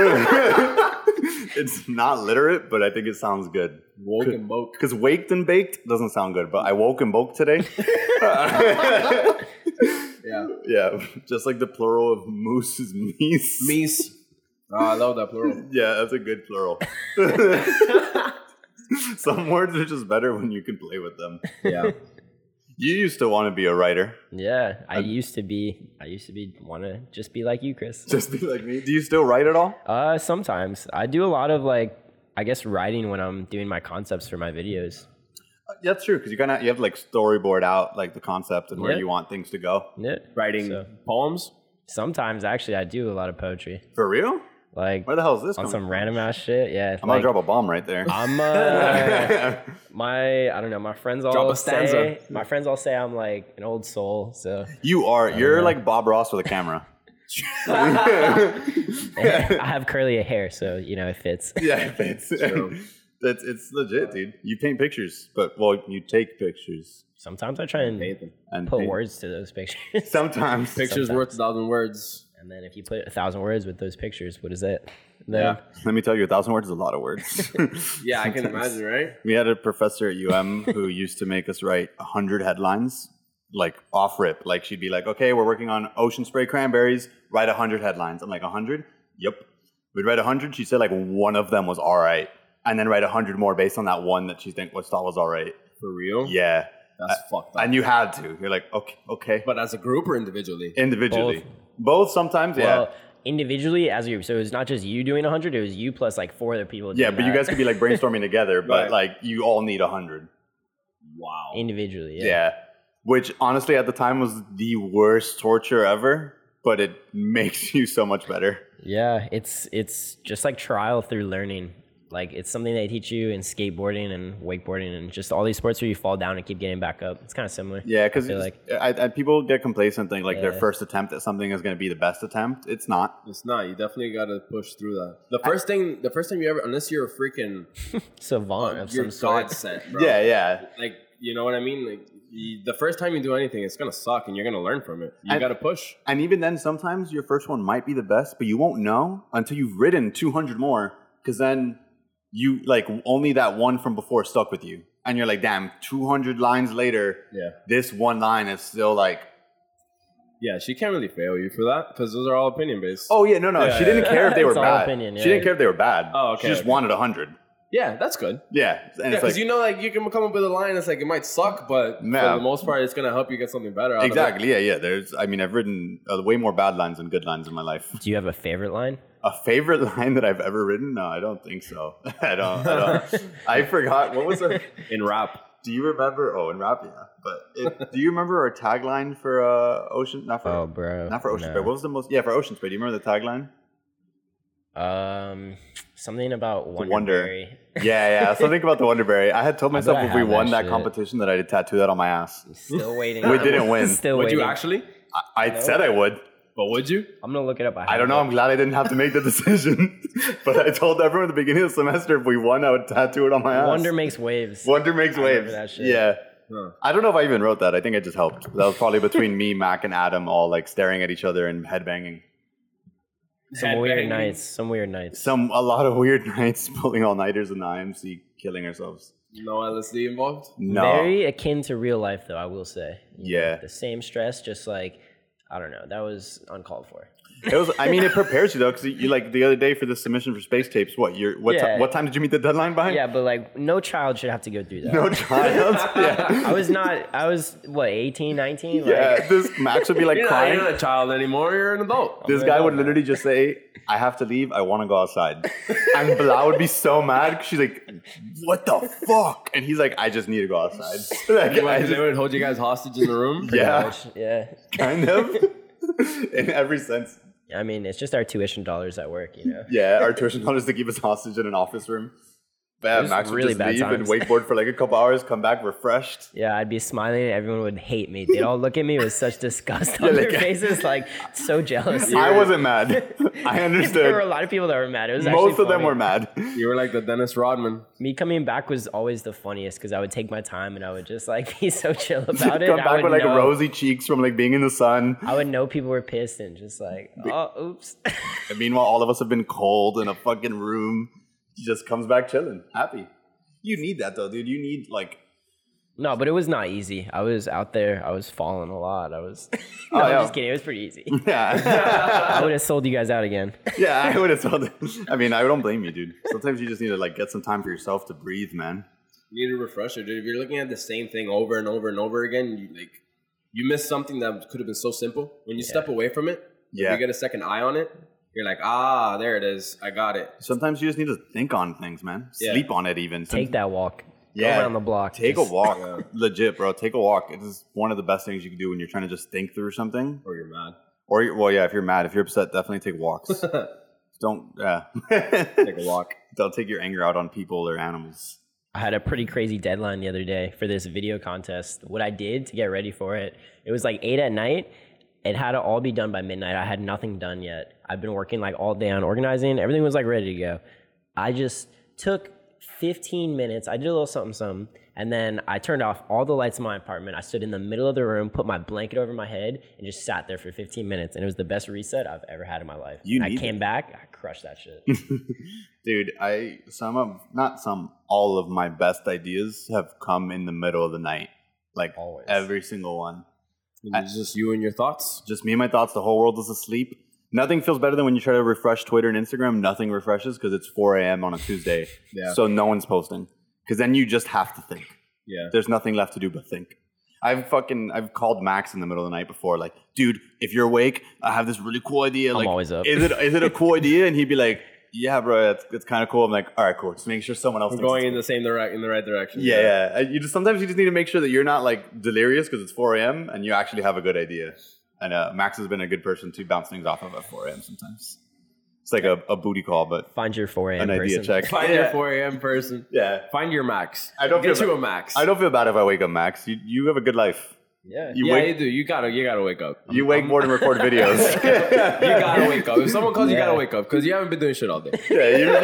[SPEAKER 1] it's not literate, but I think it sounds good.
[SPEAKER 2] Woke and boke.
[SPEAKER 1] Because waked and baked doesn't sound good, but I woke and woke today.
[SPEAKER 2] Yeah.
[SPEAKER 1] Yeah, just like the plural of moose is meese.
[SPEAKER 2] Meese. Oh, I love that plural.
[SPEAKER 1] Yeah, that's a good plural. Some words are just better when you can play with them.
[SPEAKER 2] Yeah.
[SPEAKER 1] You used to want to be a writer,
[SPEAKER 3] yeah, I
[SPEAKER 1] I'm-
[SPEAKER 3] used to be. I used to be want to just be like you, Chris.
[SPEAKER 1] just be like me. Do you still write at all?
[SPEAKER 3] Uh, sometimes I do a lot of like, I guess writing when I'm doing my concepts for my videos.
[SPEAKER 1] Uh, That's true because you kind of you have to like storyboard out like the concept and where
[SPEAKER 3] Yeah.
[SPEAKER 1] you want things to go.
[SPEAKER 3] Yeah.
[SPEAKER 2] Writing
[SPEAKER 3] So-
[SPEAKER 2] poems.
[SPEAKER 3] Sometimes actually I do a lot of poetry,
[SPEAKER 1] For real?
[SPEAKER 3] like
[SPEAKER 1] Where the hell is this?
[SPEAKER 3] on
[SPEAKER 1] coming
[SPEAKER 3] some
[SPEAKER 1] from?
[SPEAKER 3] random ass shit. Yeah.
[SPEAKER 1] I'm gonna
[SPEAKER 3] like,
[SPEAKER 1] drop a bomb right there.
[SPEAKER 3] I'm uh, my I don't know. My friends all
[SPEAKER 2] Drop a stanza.
[SPEAKER 3] say my friends all say I'm like an old soul. So
[SPEAKER 1] you are you're
[SPEAKER 3] Uh,
[SPEAKER 1] like Bob Ross with a camera.
[SPEAKER 3] I have curly hair, so you know it fits.
[SPEAKER 1] Yeah, it's
[SPEAKER 2] True.
[SPEAKER 1] it's it's legit, dude. You paint pictures, but well, you take pictures
[SPEAKER 3] Sometimes I try and
[SPEAKER 2] Paint them.
[SPEAKER 1] and
[SPEAKER 3] put
[SPEAKER 1] paint-
[SPEAKER 3] words to those pictures,
[SPEAKER 1] Sometimes
[SPEAKER 2] Pictures worth a thousand words.
[SPEAKER 3] and then if you put a thousand words with those pictures, what is that?
[SPEAKER 2] Yeah.
[SPEAKER 1] Let me tell you, a thousand words is a lot of words.
[SPEAKER 2] Yeah, I can imagine, right?
[SPEAKER 1] we had a professor at UM who used to make us write a hundred headlines, like off rip. Like she'd be like, "Okay, we're working on ocean spray cranberries. Write a hundred headlines." I'm like, "A hundred? Yep." We'd write a hundred. She said like one of them was all right, and then write a hundred more based on that one that she think was thought was all right.
[SPEAKER 2] For real?
[SPEAKER 1] Yeah,
[SPEAKER 2] That's fucked up.
[SPEAKER 1] and you had to. You're like, okay, okay.
[SPEAKER 2] but as a group or individually?
[SPEAKER 1] individually. Both, sometimes, yeah.
[SPEAKER 3] Well, individually as a group, so it was not just you doing hundred; it was you plus like four other people.
[SPEAKER 1] yeah,
[SPEAKER 3] doing
[SPEAKER 1] but you
[SPEAKER 3] that
[SPEAKER 1] guys could be like brainstorming together, but
[SPEAKER 2] Right.
[SPEAKER 1] like you all need a hundred.
[SPEAKER 2] Wow.
[SPEAKER 3] individually.
[SPEAKER 1] Yeah.
[SPEAKER 3] Yeah.
[SPEAKER 1] Which honestly at the time was the worst torture ever, but it makes you so much better.
[SPEAKER 3] Yeah, it's it's just like trial through learning. Like it's something they teach you in skateboarding and wakeboarding and just all these sports where you fall down and keep getting back up. It's kind of similar.
[SPEAKER 1] Yeah, because
[SPEAKER 3] feel like-
[SPEAKER 1] I, I, people get complacent, think like their
[SPEAKER 3] Yeah.
[SPEAKER 1] first attempt at something is going to be the best attempt. It's not.
[SPEAKER 2] It's not. You definitely gotta push through that. The first thing, the first time you ever, unless you're a freaking,
[SPEAKER 3] Savant of
[SPEAKER 2] you're
[SPEAKER 3] some sort.
[SPEAKER 2] God sent, bro.
[SPEAKER 1] Yeah, yeah.
[SPEAKER 2] Like, you know what I mean? Like, you, the first time you do anything, it's gonna suck, and you're gonna learn from it. You
[SPEAKER 1] And-
[SPEAKER 2] gotta push.
[SPEAKER 1] And even then, sometimes your first one might be the best, but you won't know until you've ridden 200 more. Because then you like only that one from before stuck with you, and you're like, damn, 200 lines later,
[SPEAKER 2] Yeah.
[SPEAKER 1] this one line is still like,
[SPEAKER 2] Yeah, she can't really fail you for that because those are all opinion based.
[SPEAKER 1] oh yeah, no, no,
[SPEAKER 2] Yeah,
[SPEAKER 1] she didn't
[SPEAKER 3] yeah.
[SPEAKER 1] care if they were
[SPEAKER 3] It's all
[SPEAKER 1] bad.
[SPEAKER 3] opinion,
[SPEAKER 1] She didn't
[SPEAKER 3] yeah.
[SPEAKER 1] care if they were bad.
[SPEAKER 2] Oh,
[SPEAKER 1] She
[SPEAKER 2] okay,
[SPEAKER 1] just
[SPEAKER 2] okay.
[SPEAKER 1] wanted 100.
[SPEAKER 2] yeah, that's good.
[SPEAKER 1] Yeah, and
[SPEAKER 2] Yeah,
[SPEAKER 1] it's
[SPEAKER 2] because
[SPEAKER 1] like
[SPEAKER 2] you know, like you can come up with a line. It's like it might suck, but
[SPEAKER 1] Yeah.
[SPEAKER 2] for the most part, it's gonna help you get something better. Out Of
[SPEAKER 1] exactly, yeah, yeah. There's, I mean, I've ridden uh, way more bad lines than good lines in my life.
[SPEAKER 3] Do you have a favorite line?
[SPEAKER 1] A favorite line that I've ever written? No, I don't think so. I don't. I, don't. I forgot what was the.
[SPEAKER 2] it. In rap,
[SPEAKER 1] Do you remember? Oh, in rap, yeah. But it, do you remember our tagline for uh, Ocean? Not for
[SPEAKER 3] Oh, bro.
[SPEAKER 1] not for Ocean
[SPEAKER 3] no.
[SPEAKER 1] Spray. What was the most? Yeah, for Ocean Spray. Do you remember the tagline?
[SPEAKER 3] Um, something about Wonder.
[SPEAKER 1] wonder.
[SPEAKER 3] Berry.
[SPEAKER 1] Yeah, yeah. Something about the Wonderberry. I had told
[SPEAKER 3] I
[SPEAKER 1] myself
[SPEAKER 3] bet I
[SPEAKER 1] if we
[SPEAKER 3] have
[SPEAKER 1] won
[SPEAKER 3] that
[SPEAKER 1] that
[SPEAKER 3] shit.
[SPEAKER 1] competition that I'd tattoo that on my ass.
[SPEAKER 3] I'm still waiting.
[SPEAKER 1] We didn't win.
[SPEAKER 3] Still
[SPEAKER 2] would
[SPEAKER 3] waiting.
[SPEAKER 2] you actually?
[SPEAKER 1] I, I said I would.
[SPEAKER 2] But would you?
[SPEAKER 3] I'm gonna look it up.
[SPEAKER 1] I don't know. I'm glad I didn't have to make the decision. but I told everyone at the beginning of the semester if we won, I would tattoo it on my ass.
[SPEAKER 3] Wonder makes waves.
[SPEAKER 1] Wonder makes
[SPEAKER 3] I remember
[SPEAKER 1] waves.
[SPEAKER 3] that shit.
[SPEAKER 1] Yeah.
[SPEAKER 2] Huh.
[SPEAKER 1] I don't know if I even wrote that. I think I just helped. That was probably between me, Mac, and Adam all like staring at each other and headbanging.
[SPEAKER 3] Some weird
[SPEAKER 2] Headbanging.
[SPEAKER 3] nights. Some weird nights.
[SPEAKER 1] some a lot of weird nights pulling all nighters in the IMC, killing ourselves.
[SPEAKER 2] No LSD involved.
[SPEAKER 1] No,
[SPEAKER 3] Very akin to real life, though. I will say. You know,
[SPEAKER 1] Yeah.
[SPEAKER 3] The same stress, just like I don't know. That was uncalled for.
[SPEAKER 1] it was. I mean, it prepares you though, because you like the other day for the submission for space tapes. What your what ti-
[SPEAKER 3] Yeah.
[SPEAKER 1] what time did you meet the deadline by?
[SPEAKER 3] Yeah, but like no child should have to go through that.
[SPEAKER 1] no child. yeah,
[SPEAKER 3] I was not. I was what 18, 19.
[SPEAKER 1] yeah.
[SPEAKER 3] Like,
[SPEAKER 1] This Max would be like
[SPEAKER 2] You're not,
[SPEAKER 1] crying.
[SPEAKER 2] you're not a child anymore. You're an adult.
[SPEAKER 1] this
[SPEAKER 3] an
[SPEAKER 1] guy would
[SPEAKER 3] adult now.
[SPEAKER 1] literally just say, "I have to leave. I want to go outside." and Blau would be so mad. 'cause She's like, "What the fuck?" And he's like, "I just need to go outside." Like,
[SPEAKER 2] You
[SPEAKER 1] I
[SPEAKER 2] like,
[SPEAKER 1] just-
[SPEAKER 2] they would hold you guys hostage in the room.
[SPEAKER 1] yeah,
[SPEAKER 3] yeah.
[SPEAKER 1] kind of. in every sense.
[SPEAKER 3] I mean, it's just our tuition dollars at work, you know.
[SPEAKER 1] Yeah, our tuition dollars to keep us hostage in an office room. Bad,
[SPEAKER 3] was
[SPEAKER 1] Max would
[SPEAKER 3] really
[SPEAKER 1] just
[SPEAKER 3] bad
[SPEAKER 1] leave and
[SPEAKER 3] times.
[SPEAKER 1] wakeboard for like a couple hours, come back refreshed.
[SPEAKER 3] Yeah, I'd be smiling and everyone would hate me. They'd all look at me with such disgust on
[SPEAKER 1] like-
[SPEAKER 3] their faces, like so jealous.
[SPEAKER 1] I wasn't mad. I
[SPEAKER 3] there were a
[SPEAKER 1] understood.
[SPEAKER 3] lot of people that were mad. It was actually
[SPEAKER 1] Most of them
[SPEAKER 3] funny.
[SPEAKER 1] were mad.
[SPEAKER 2] You were like the Dennis Rodman.
[SPEAKER 3] Me coming back was always the funniest because I would take my time and I would just like be so chill about it.
[SPEAKER 1] come
[SPEAKER 3] I
[SPEAKER 1] back
[SPEAKER 3] would
[SPEAKER 1] with like
[SPEAKER 3] know,
[SPEAKER 1] rosy cheeks from like being in the sun.
[SPEAKER 3] I would know people were pissed and just like, oh, oops.
[SPEAKER 1] And meanwhile, all of us have been cold in a fucking room. He just comes back chilling, happy. You need that though, dude. You need like
[SPEAKER 3] No, but it was not easy. I was out there. I was falling a lot. I was.
[SPEAKER 1] Oh,
[SPEAKER 3] no, I'm
[SPEAKER 1] yeah.
[SPEAKER 3] just kidding. It was pretty easy.
[SPEAKER 1] Yeah.
[SPEAKER 3] I would have sold you guys out again.
[SPEAKER 1] yeah, I would have told them. I mean, I don't blame you, dude. Sometimes you just need to like get some time for yourself to breathe, man.
[SPEAKER 2] You need a refresher, dude. If you're looking at the same thing over and over and over again, you like you miss something that could have been so simple. When you step away from it,
[SPEAKER 1] Yeah.
[SPEAKER 2] you get a second eye on it. You're like, ah, there it is. I got it.
[SPEAKER 1] Sometimes you just need to think on things, man.
[SPEAKER 2] Yeah.
[SPEAKER 1] Sleep on it, even.
[SPEAKER 3] Take that walk.
[SPEAKER 1] Yeah.
[SPEAKER 3] Go around the block.
[SPEAKER 1] Take
[SPEAKER 3] Just-
[SPEAKER 1] a walk,
[SPEAKER 2] Yeah.
[SPEAKER 1] legit, bro. Take a walk. It is one of the best things you can do when you're trying to just think through something.
[SPEAKER 2] Or you're mad.
[SPEAKER 1] Or you- well, yeah, if you're mad, if you're upset, definitely take walks. don't yeah.
[SPEAKER 2] Take a walk.
[SPEAKER 1] don't take your anger out on people or animals.
[SPEAKER 3] I had a pretty crazy deadline the other day for this video contest. What I did to get ready for it, it was like eight at night. It had to all be done by midnight. I had nothing done yet. I've been working like all day on organizing. Everything was like ready to go. I just took 15 minutes. I did a little something, something. And then I turned off all the lights in my apartment. I stood in the middle of the room, put my blanket over my head, and just sat there for 15 minutes. And it was the best reset I've ever had in my life.
[SPEAKER 1] You
[SPEAKER 3] And I
[SPEAKER 1] need
[SPEAKER 3] came back, I crushed that shit.
[SPEAKER 1] Dude, I some of not some all of my best ideas have come in the middle of the night. Like
[SPEAKER 3] Always.
[SPEAKER 1] every single one.
[SPEAKER 2] It's just you and your thoughts.
[SPEAKER 1] Just me and my thoughts, the whole world is asleep. Nothing feels better than when you try to refresh Twitter and Instagram. Nothing refreshes because it's 4 a.m. on a Tuesday.
[SPEAKER 2] Yeah.
[SPEAKER 1] So no one's posting. Because then you just have to think.
[SPEAKER 2] Yeah.
[SPEAKER 1] There's nothing left to do but think. I've fucking I've called Max in the middle of the night before, like, dude, if you're awake, I have this really cool idea.
[SPEAKER 3] I'm
[SPEAKER 1] like,
[SPEAKER 3] always up.
[SPEAKER 1] Is it is it a cool idea? And he'd be like, Yeah, bro, it's, it's kind of cool. I'm like, all right, cool. Just make sure someone else.
[SPEAKER 2] We're
[SPEAKER 1] thinks
[SPEAKER 2] going
[SPEAKER 1] it's
[SPEAKER 2] in the same direct in the right direction.
[SPEAKER 1] cool." yeah, yeah. You just sometimes you just need to make sure that you're not like delirious because it's 4 a.m. and you actually have a good idea. And uh, Max has been a good person to bounce things off of at 4 a.m. Sometimes it's like a, a booty call, but
[SPEAKER 3] Find your 4
[SPEAKER 1] an
[SPEAKER 3] a.m.
[SPEAKER 1] idea
[SPEAKER 3] person.
[SPEAKER 1] check.
[SPEAKER 2] Find
[SPEAKER 1] yeah.
[SPEAKER 2] your 4 a.m. person.
[SPEAKER 1] yeah.
[SPEAKER 2] Find your max.
[SPEAKER 1] I don't
[SPEAKER 2] get
[SPEAKER 1] feel
[SPEAKER 2] you
[SPEAKER 1] bad.
[SPEAKER 2] a max.
[SPEAKER 1] I don't feel bad if I wake up, Max. You you have a good life.
[SPEAKER 3] Yeah.
[SPEAKER 1] You
[SPEAKER 2] yeah,
[SPEAKER 1] wake
[SPEAKER 2] you do. You gotta, you gotta wake up.
[SPEAKER 1] You wakeboard and record videos.
[SPEAKER 2] You gotta wake up. If someone calls, you
[SPEAKER 3] Yeah.
[SPEAKER 2] gotta wake up because you haven't been doing shit all day.
[SPEAKER 1] yeah,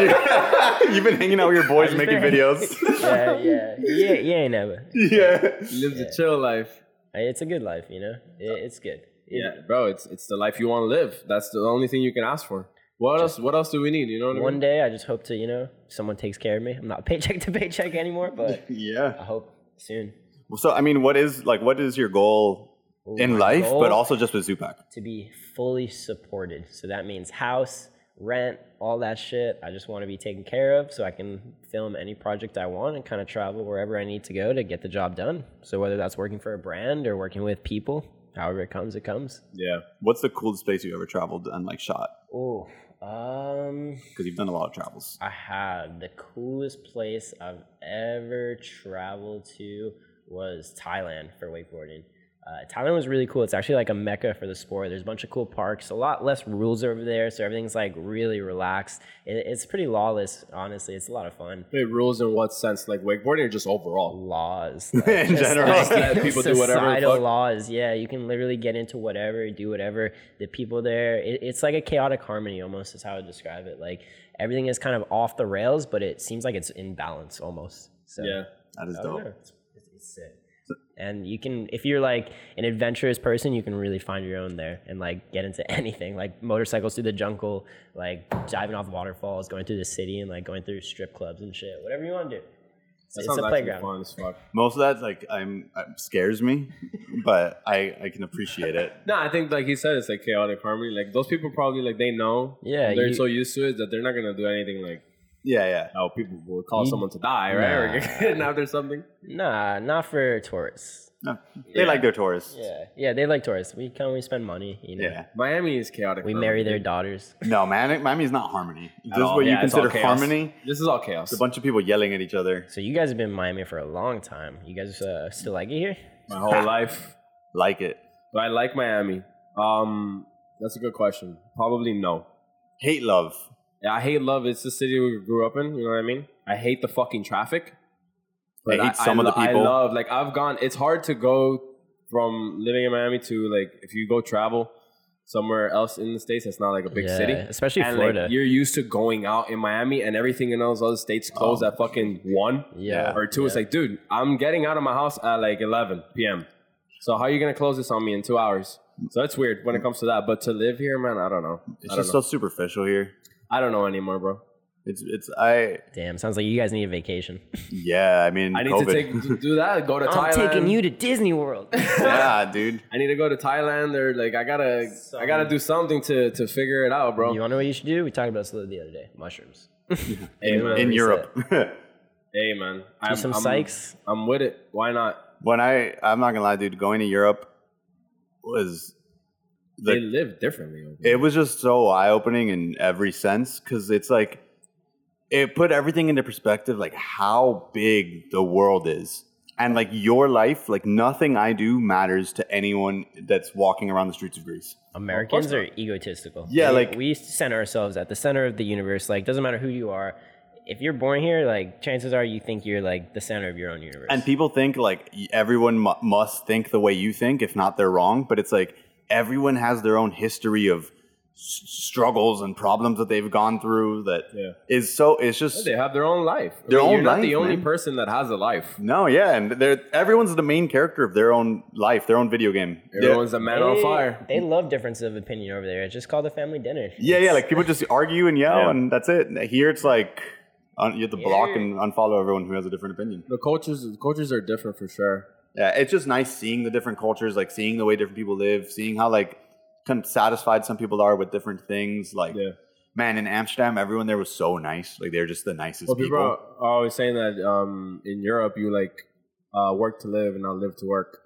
[SPEAKER 1] you, you, have been hanging out with your boys
[SPEAKER 3] I've
[SPEAKER 1] making
[SPEAKER 3] been-
[SPEAKER 1] videos.
[SPEAKER 3] yeah, yeah, yeah, yeah, never.
[SPEAKER 1] yeah.
[SPEAKER 2] Live the chill life.
[SPEAKER 3] It's a good life, you know. It, it's good. It-
[SPEAKER 2] Yeah, bro. It's it's the life you want to live. That's the only thing you can ask for. What else? What else do we need? You know what I
[SPEAKER 3] One
[SPEAKER 2] mean?
[SPEAKER 3] day, I just hope to, you know, someone takes care of me. I'm not paycheck to paycheck anymore, but
[SPEAKER 1] Yeah.
[SPEAKER 3] I hope soon
[SPEAKER 1] So, I mean, what is like, what is your goal
[SPEAKER 3] Ooh,
[SPEAKER 1] in
[SPEAKER 3] my
[SPEAKER 1] life,
[SPEAKER 3] goal?
[SPEAKER 1] but also just with Zupac?
[SPEAKER 3] to be fully supported. So that means house, rent, all that shit. I just want to be taken care of, so I can film any project I want and kind of travel wherever I need to go to get the job done. So whether that's working for a brand or working with people, however it comes, it comes.
[SPEAKER 2] Yeah.
[SPEAKER 1] What's the coolest place you ever traveled and like shot?
[SPEAKER 3] Oh, um.
[SPEAKER 1] Because you've done a lot of travels.
[SPEAKER 3] I have the coolest place I've ever traveled to was Thailand for wakeboarding. Uh, Thailand was really cool. It's actually like a mecca for the sport. There's a bunch of cool parks, a lot less rules over there, so everything's like really relaxed. It, it's pretty lawless, honestly. It's a lot of fun.
[SPEAKER 2] Wait, rules in what sense? Like wakeboarding or just overall?
[SPEAKER 3] Laws
[SPEAKER 1] In
[SPEAKER 3] just,
[SPEAKER 1] general.
[SPEAKER 3] like,
[SPEAKER 2] Let people do whatever the
[SPEAKER 3] societal
[SPEAKER 2] fuck.
[SPEAKER 3] laws. Yeah, you can literally get into whatever, do whatever. The people there, it, it's like a chaotic harmony almost. Is how I would describe it. Like everything is kind of off the rails, but it seems like it's in balance almost. So
[SPEAKER 2] Yeah.
[SPEAKER 1] That is
[SPEAKER 3] I don't
[SPEAKER 1] dope.
[SPEAKER 3] know. It's, it's, it's sick. And you can, if you're like an adventurous person, you can really find your own there and like get into anything, like motorcycles through the jungle, like diving off waterfalls, going through the city, and like going through strip clubs and shit. Whatever you want to do. It's,
[SPEAKER 2] That
[SPEAKER 3] it's
[SPEAKER 2] sounds
[SPEAKER 3] a
[SPEAKER 2] actually
[SPEAKER 3] playground.
[SPEAKER 2] Fun as fuck.
[SPEAKER 1] Most of that, like, I'm, i scares me, but I, I can appreciate it.
[SPEAKER 2] No, I think like he said, it's like chaotic harmony. Like those people probably like they know.
[SPEAKER 3] Yeah,
[SPEAKER 2] They're
[SPEAKER 3] you-
[SPEAKER 2] so used to it that they're not gonna do anything like
[SPEAKER 1] Yeah, yeah.
[SPEAKER 2] oh people would call
[SPEAKER 3] You-
[SPEAKER 2] someone to die right or now there's something.
[SPEAKER 3] Nah, not for tourists.
[SPEAKER 1] No, they like their tourists.
[SPEAKER 3] Yeah, yeah, they like tourists. We come, we spend money. You know,
[SPEAKER 1] Yeah.
[SPEAKER 2] Miami is chaotic.
[SPEAKER 3] we
[SPEAKER 2] bro.
[SPEAKER 3] marry their daughters.
[SPEAKER 1] No, man, Miami's not harmony. This is
[SPEAKER 2] all.
[SPEAKER 1] what you
[SPEAKER 2] Yeah, it's all
[SPEAKER 1] consider
[SPEAKER 2] chaos.
[SPEAKER 1] harmony.
[SPEAKER 2] This is all chaos.
[SPEAKER 1] It's a bunch of people yelling at each other.
[SPEAKER 3] So you guys have been in Miami for a long time. You guys uh, still like it here?
[SPEAKER 2] My whole life.
[SPEAKER 1] Like it.
[SPEAKER 2] Do I like Miami? Um, that's a good question. Probably no.
[SPEAKER 1] Hate love.
[SPEAKER 2] Yeah, I hate love. It's the city we grew up in. You know what I mean? I hate the fucking traffic.
[SPEAKER 1] I hate some of the
[SPEAKER 2] lo-
[SPEAKER 1] people.
[SPEAKER 2] I love like I've gone. It's hard to go from living in Miami to like if you go travel somewhere else in the states that's not like a big
[SPEAKER 3] Yeah,
[SPEAKER 2] city.
[SPEAKER 3] especially
[SPEAKER 2] And, like,
[SPEAKER 3] Florida.
[SPEAKER 2] you're used to going out in Miami and everything in those other states
[SPEAKER 1] Oh.
[SPEAKER 2] close at fucking one
[SPEAKER 3] yeah.
[SPEAKER 2] or two. It's like, dude, I'm getting out of my house at like 11 p.m. So how are you gonna close this on me in two hours? So it's weird when it comes to that. But to live here, man, I don't know.
[SPEAKER 1] It's
[SPEAKER 2] I don't
[SPEAKER 1] just
[SPEAKER 2] know.
[SPEAKER 1] so superficial here.
[SPEAKER 2] I don't know anymore, bro.
[SPEAKER 1] It's it's I
[SPEAKER 3] Damn, sounds like you guys need a vacation.
[SPEAKER 1] yeah. I mean,
[SPEAKER 2] I need
[SPEAKER 1] COVID.
[SPEAKER 2] to take do- do that. Go to Thailand.
[SPEAKER 3] to Disney World.
[SPEAKER 1] yeah, dude.
[SPEAKER 2] I need to go to Thailand or like I gotta I gotta do something to to figure it out, bro.
[SPEAKER 3] You want to know what you should do? We talked about this the other day. Mushrooms.
[SPEAKER 2] hey, man.
[SPEAKER 1] In
[SPEAKER 3] reset.
[SPEAKER 1] Europe.
[SPEAKER 2] hey man,
[SPEAKER 3] Do some psychs.
[SPEAKER 2] I'm with it. Why not?
[SPEAKER 1] when I I'm not gonna lie, dude, going to Europe was the
[SPEAKER 2] they live differently. Over there.
[SPEAKER 1] it was just so eye opening in every sense because it's like it put everything into perspective, like how big the world is. And like your life, like nothing I do matters to anyone that's walking around the streets of Greece.
[SPEAKER 3] Americans are egotistical.
[SPEAKER 1] Yeah,
[SPEAKER 3] We-
[SPEAKER 1] like-
[SPEAKER 3] we center ourselves at the center of the universe. Like, doesn't matter who you are. If you're born here, like, chances are you think you're like the center of your own universe.
[SPEAKER 1] And people think like y- everyone mu- must think the way you think, if not, they're wrong. But it's like everyone has their own history of s- struggles and problems that they've gone through. That is
[SPEAKER 2] Yeah.
[SPEAKER 1] so. It's just
[SPEAKER 2] They have their own life. I
[SPEAKER 1] Their
[SPEAKER 2] mean,
[SPEAKER 1] own
[SPEAKER 2] you're not
[SPEAKER 1] life,
[SPEAKER 2] the only
[SPEAKER 1] man.
[SPEAKER 2] person that has a life.
[SPEAKER 1] no, yeah, and they're everyone's the main character of their own life, their own video game. Yeah.
[SPEAKER 2] Everyone's a man on fire.
[SPEAKER 3] They love differences of opinion over there. It's just called a family dinner.
[SPEAKER 1] Yeah, yeah. Like people just argue and yell,
[SPEAKER 2] Yeah.
[SPEAKER 1] and that's it. Here, it's like un, you have to block and unfollow everyone who has a different opinion.
[SPEAKER 2] the cultures the cultures are different for sure.
[SPEAKER 1] Yeah, it's just nice seeing the different cultures, like seeing the way different people live, seeing how like kind of satisfied some people are with different things. Like,
[SPEAKER 2] Yeah.
[SPEAKER 1] man, in Amsterdam, everyone there was so nice. Like, they're just the nicest
[SPEAKER 2] Well, people
[SPEAKER 1] people.
[SPEAKER 2] are always saying that um, in Europe you like uh, work to live and not live to work.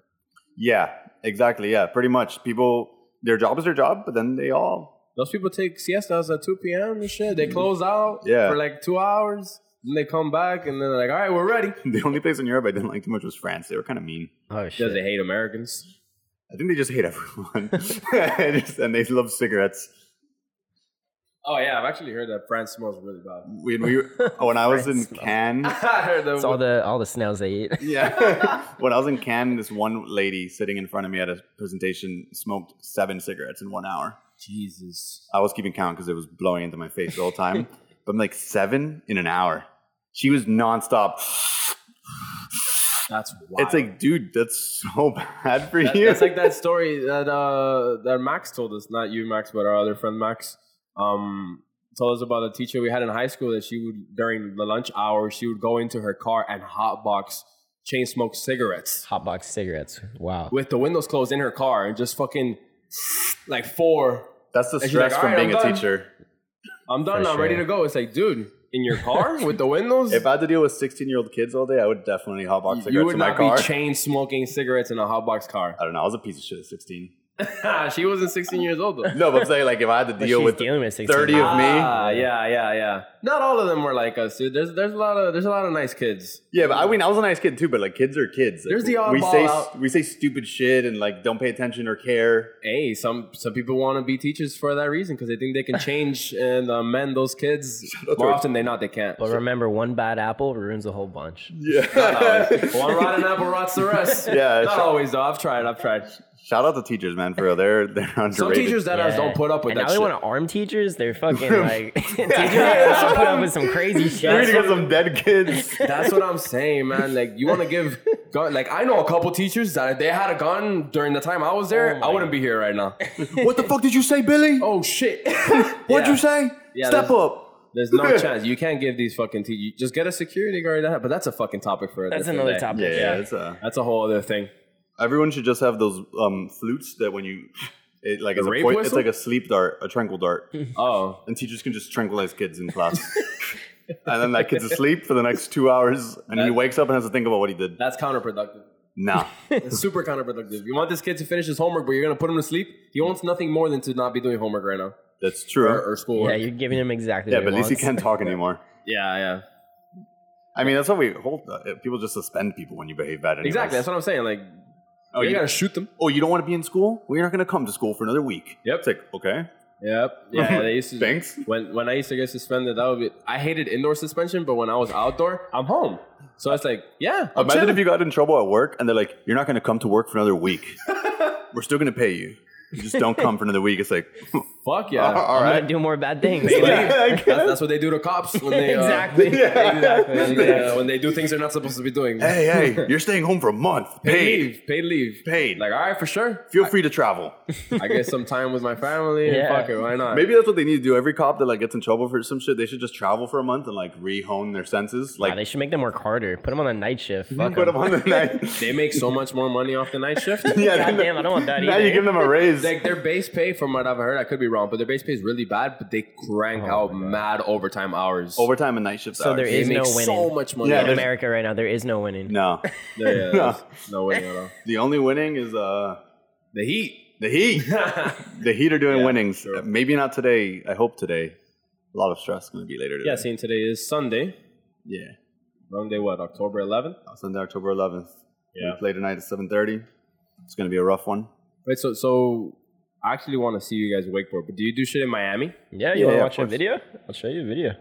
[SPEAKER 1] Yeah, exactly. Yeah, pretty much. People, their job is their job, but then they all.
[SPEAKER 2] Those people take siestas at 2 p.m. and shit. They close out
[SPEAKER 1] Yeah.
[SPEAKER 2] for like two hours. Then they come back and they're like, all right, we're ready.
[SPEAKER 1] The only place in Europe I didn't like too much was France. They were kind of mean.
[SPEAKER 3] Oh shit.
[SPEAKER 2] Because they hate Americans.
[SPEAKER 1] I think they just hate everyone, And just- and they love cigarettes.
[SPEAKER 2] Oh, yeah. I've actually heard that France smells really bad.
[SPEAKER 1] When we, when I was in
[SPEAKER 3] France smells-
[SPEAKER 1] Cannes,
[SPEAKER 2] I heard that.
[SPEAKER 3] It's all the all the snails they eat.
[SPEAKER 1] Yeah. when I was in Cannes, this one lady sitting in front of me at a presentation smoked seven cigarettes in one hour.
[SPEAKER 2] Jesus.
[SPEAKER 1] I was keeping count because it was blowing into my face the whole time. but I'm like, seven in an hour. She was nonstop.
[SPEAKER 2] That's wild.
[SPEAKER 1] It's like, dude, that's so bad for
[SPEAKER 2] That-
[SPEAKER 1] you.
[SPEAKER 2] That's like that story that uh, that Max told us. Not you, Max, but our other friend Max. Um, told us about a teacher we had in high school that she would during the lunch hour she would go into her car and hotbox chain smoke cigarettes
[SPEAKER 3] Hotbox cigarettes. Wow.
[SPEAKER 2] with the windows closed in her car and just fucking like four.
[SPEAKER 1] that's the
[SPEAKER 2] And she's
[SPEAKER 1] stress
[SPEAKER 2] like,
[SPEAKER 1] from
[SPEAKER 2] "All right,
[SPEAKER 1] being
[SPEAKER 2] I'm
[SPEAKER 1] a
[SPEAKER 2] done."
[SPEAKER 1] teacher.
[SPEAKER 2] I'm done.
[SPEAKER 3] For
[SPEAKER 2] I'm ready
[SPEAKER 3] sure.
[SPEAKER 2] to go. It's like, dude, in your car with the windows.
[SPEAKER 1] If I had to deal with 16 year old kids all day, I would definitely hotbox cigarettes
[SPEAKER 2] you would
[SPEAKER 1] in my
[SPEAKER 2] not
[SPEAKER 1] car.
[SPEAKER 2] be chain smoking cigarettes in a hotbox car.
[SPEAKER 1] I don't know. I was a piece of shit at 16.
[SPEAKER 2] she wasn't 16 years old though.
[SPEAKER 1] No, but I'm saying, like, if I had to
[SPEAKER 3] But
[SPEAKER 1] deal
[SPEAKER 3] she's
[SPEAKER 1] with
[SPEAKER 3] dealing with 16.
[SPEAKER 1] 30 of me.
[SPEAKER 2] Ah, yeah, yeah, yeah. Not all of them were like us, dude. There's there's a lot of there's a lot of nice kids.
[SPEAKER 1] Yeah, but I mean, I was a nice kid too. But like, kids are kids. Like,
[SPEAKER 2] There's the
[SPEAKER 1] we
[SPEAKER 2] oddball
[SPEAKER 1] say
[SPEAKER 2] out.
[SPEAKER 1] we say stupid shit and like don't pay attention or care.
[SPEAKER 2] Hey, some some people want to be teachers for that reason because they think they can change and uh, mend those kids.
[SPEAKER 1] up
[SPEAKER 2] More
[SPEAKER 1] to it.
[SPEAKER 2] often than not, they can't.
[SPEAKER 3] But remember, one bad apple ruins a whole bunch.
[SPEAKER 1] Yeah.
[SPEAKER 2] Uh, One rotten apple rots the rest.
[SPEAKER 1] Yeah,
[SPEAKER 2] not
[SPEAKER 1] sure.
[SPEAKER 2] always though. I've tried. I've tried.
[SPEAKER 1] Shout out to teachers, man. For real, they're they're underrated.
[SPEAKER 2] Some teachers that us don't put up with
[SPEAKER 3] and
[SPEAKER 2] that.
[SPEAKER 3] now
[SPEAKER 2] shit.
[SPEAKER 3] they want to arm teachers. They're fucking like teachers are put up with some crazy
[SPEAKER 1] You're gonna
[SPEAKER 3] shit.
[SPEAKER 1] get some dead kids.
[SPEAKER 2] That's what I'm saying, man. Like you want to give gun. Like I know a couple teachers that if they had a gun during the time I was there, I wouldn't be here right now.
[SPEAKER 1] what the fuck did you say, Billy?
[SPEAKER 2] oh shit.
[SPEAKER 1] What'd
[SPEAKER 2] Yeah.
[SPEAKER 1] you say?
[SPEAKER 2] Yeah,
[SPEAKER 1] Step
[SPEAKER 2] there's-
[SPEAKER 1] up.
[SPEAKER 2] There's no chance. You can't give these fucking. Te- you just get a security guard. That, but that's a fucking topic for. a
[SPEAKER 3] That's
[SPEAKER 2] different
[SPEAKER 3] another
[SPEAKER 2] day.
[SPEAKER 3] topic.
[SPEAKER 1] Yeah, yeah. It's, uh,
[SPEAKER 2] That's a whole other thing.
[SPEAKER 1] everyone should just have those um, flutes that when you, it, like
[SPEAKER 2] The
[SPEAKER 1] it's a
[SPEAKER 2] rape
[SPEAKER 1] point, it's
[SPEAKER 2] whistle?
[SPEAKER 1] like a sleep dart, a tranquil dart,
[SPEAKER 2] Oh,
[SPEAKER 1] and teachers can just tranquilize kids in class. and then that kid's asleep for the next two hours, and he
[SPEAKER 2] That-
[SPEAKER 1] wakes up and has to think about what he did.
[SPEAKER 2] that's counterproductive.
[SPEAKER 1] Nah.
[SPEAKER 2] It's super counterproductive. You want this kid to finish his homework, but you're gonna put him to sleep. He wants nothing more than to not be doing homework right now
[SPEAKER 1] That's true.
[SPEAKER 2] or, or school.
[SPEAKER 3] Yeah,
[SPEAKER 2] Yeah,
[SPEAKER 3] you're giving him exactly.
[SPEAKER 1] yeah,
[SPEAKER 3] what
[SPEAKER 1] but at least he
[SPEAKER 3] wants.
[SPEAKER 1] can't talk anymore.
[SPEAKER 2] yeah,
[SPEAKER 1] I mean, that's what we hold. Uh, people just suspend people when you behave bad. Anyways.
[SPEAKER 2] Exactly. That's what I'm saying. Like,
[SPEAKER 1] oh,
[SPEAKER 2] you
[SPEAKER 1] you,
[SPEAKER 2] gotta shoot them.
[SPEAKER 1] oh, you don't want to be in school? Well, you're not going to come to school for another week.
[SPEAKER 2] Yep.
[SPEAKER 1] It's like, okay,
[SPEAKER 2] Yep. Yeah. They used to.
[SPEAKER 1] thanks.
[SPEAKER 2] When when I used to get suspended, that would be. I hated indoor suspension, but when I was outdoor, I'm home. So it's like, yeah. I'm
[SPEAKER 1] Imagine
[SPEAKER 2] chilling.
[SPEAKER 1] if you got in trouble at work and they're like, you're not going to come to work for another week. We're still going to pay you. You just don't come for another week. It's like, "Oh,
[SPEAKER 2] Fuck yeah.
[SPEAKER 1] All
[SPEAKER 3] I'm
[SPEAKER 1] right.
[SPEAKER 3] gonna do more bad things.
[SPEAKER 2] They
[SPEAKER 3] Like,
[SPEAKER 2] leave.
[SPEAKER 1] I
[SPEAKER 2] That's, that's what they do to cops when they uh,
[SPEAKER 3] exactly.
[SPEAKER 1] Yeah.
[SPEAKER 3] Exactly.
[SPEAKER 2] when they, uh, when they do things they're not supposed to be doing.
[SPEAKER 1] hey, hey, you're staying home for a month.
[SPEAKER 2] Paid
[SPEAKER 1] Paid.
[SPEAKER 2] leave, paid leave,
[SPEAKER 1] Paid.
[SPEAKER 2] Like, all right, for sure.
[SPEAKER 1] Feel free to travel.
[SPEAKER 2] I get some time with my family. and
[SPEAKER 3] Yeah.
[SPEAKER 2] Fuck it, why not?
[SPEAKER 1] Maybe that's what they need to do. Every cop that like gets in trouble for some shit, they should just travel for a month and like rehone their senses.
[SPEAKER 3] Nah, they
[SPEAKER 1] Like
[SPEAKER 3] should make them work harder. Put them on a night shift. Fuck 'em.
[SPEAKER 1] put them on the night.
[SPEAKER 2] they make so much more money off the night shift.
[SPEAKER 1] yeah,
[SPEAKER 3] God
[SPEAKER 1] then the-
[SPEAKER 3] damn, I don't want that
[SPEAKER 1] now
[SPEAKER 3] either.
[SPEAKER 1] you give them a raise.
[SPEAKER 2] Like their base pay, from what I've heard, I could be wrong, but their base pay is really bad. But they crank out mad overtime hours.
[SPEAKER 1] Overtime and night shift.
[SPEAKER 3] So there
[SPEAKER 1] hours.
[SPEAKER 2] they
[SPEAKER 3] is
[SPEAKER 2] make
[SPEAKER 3] no
[SPEAKER 2] so
[SPEAKER 3] winning.
[SPEAKER 2] much money.
[SPEAKER 1] Yeah,
[SPEAKER 2] Yeah,
[SPEAKER 3] in
[SPEAKER 1] there's-
[SPEAKER 3] America right now. There is no winning.
[SPEAKER 1] no.
[SPEAKER 2] yeah, yeah, there's no winning at all.
[SPEAKER 1] The only winning is uh
[SPEAKER 2] The Heat.
[SPEAKER 1] the Heat. The Heat are doing
[SPEAKER 2] Yeah,
[SPEAKER 1] winnings.
[SPEAKER 2] sure.
[SPEAKER 1] Maybe not today. I hope today. A lot of stress going to be later today.
[SPEAKER 2] yeah, seeing today is Sunday.
[SPEAKER 1] Yeah. Uh,
[SPEAKER 2] Sunday, what? October 11th.
[SPEAKER 1] Sunday, October 11th.
[SPEAKER 2] Yeah.
[SPEAKER 1] We play tonight at 7:30. It's going to be a rough one.
[SPEAKER 2] Wait, so so I actually want to see you guys wakeboard. But do you do shit in Miami?
[SPEAKER 3] Yeah, you
[SPEAKER 1] Yeah, yeah,
[SPEAKER 3] want to
[SPEAKER 1] of
[SPEAKER 3] watch a
[SPEAKER 1] course.
[SPEAKER 3] video? I'll show you a video.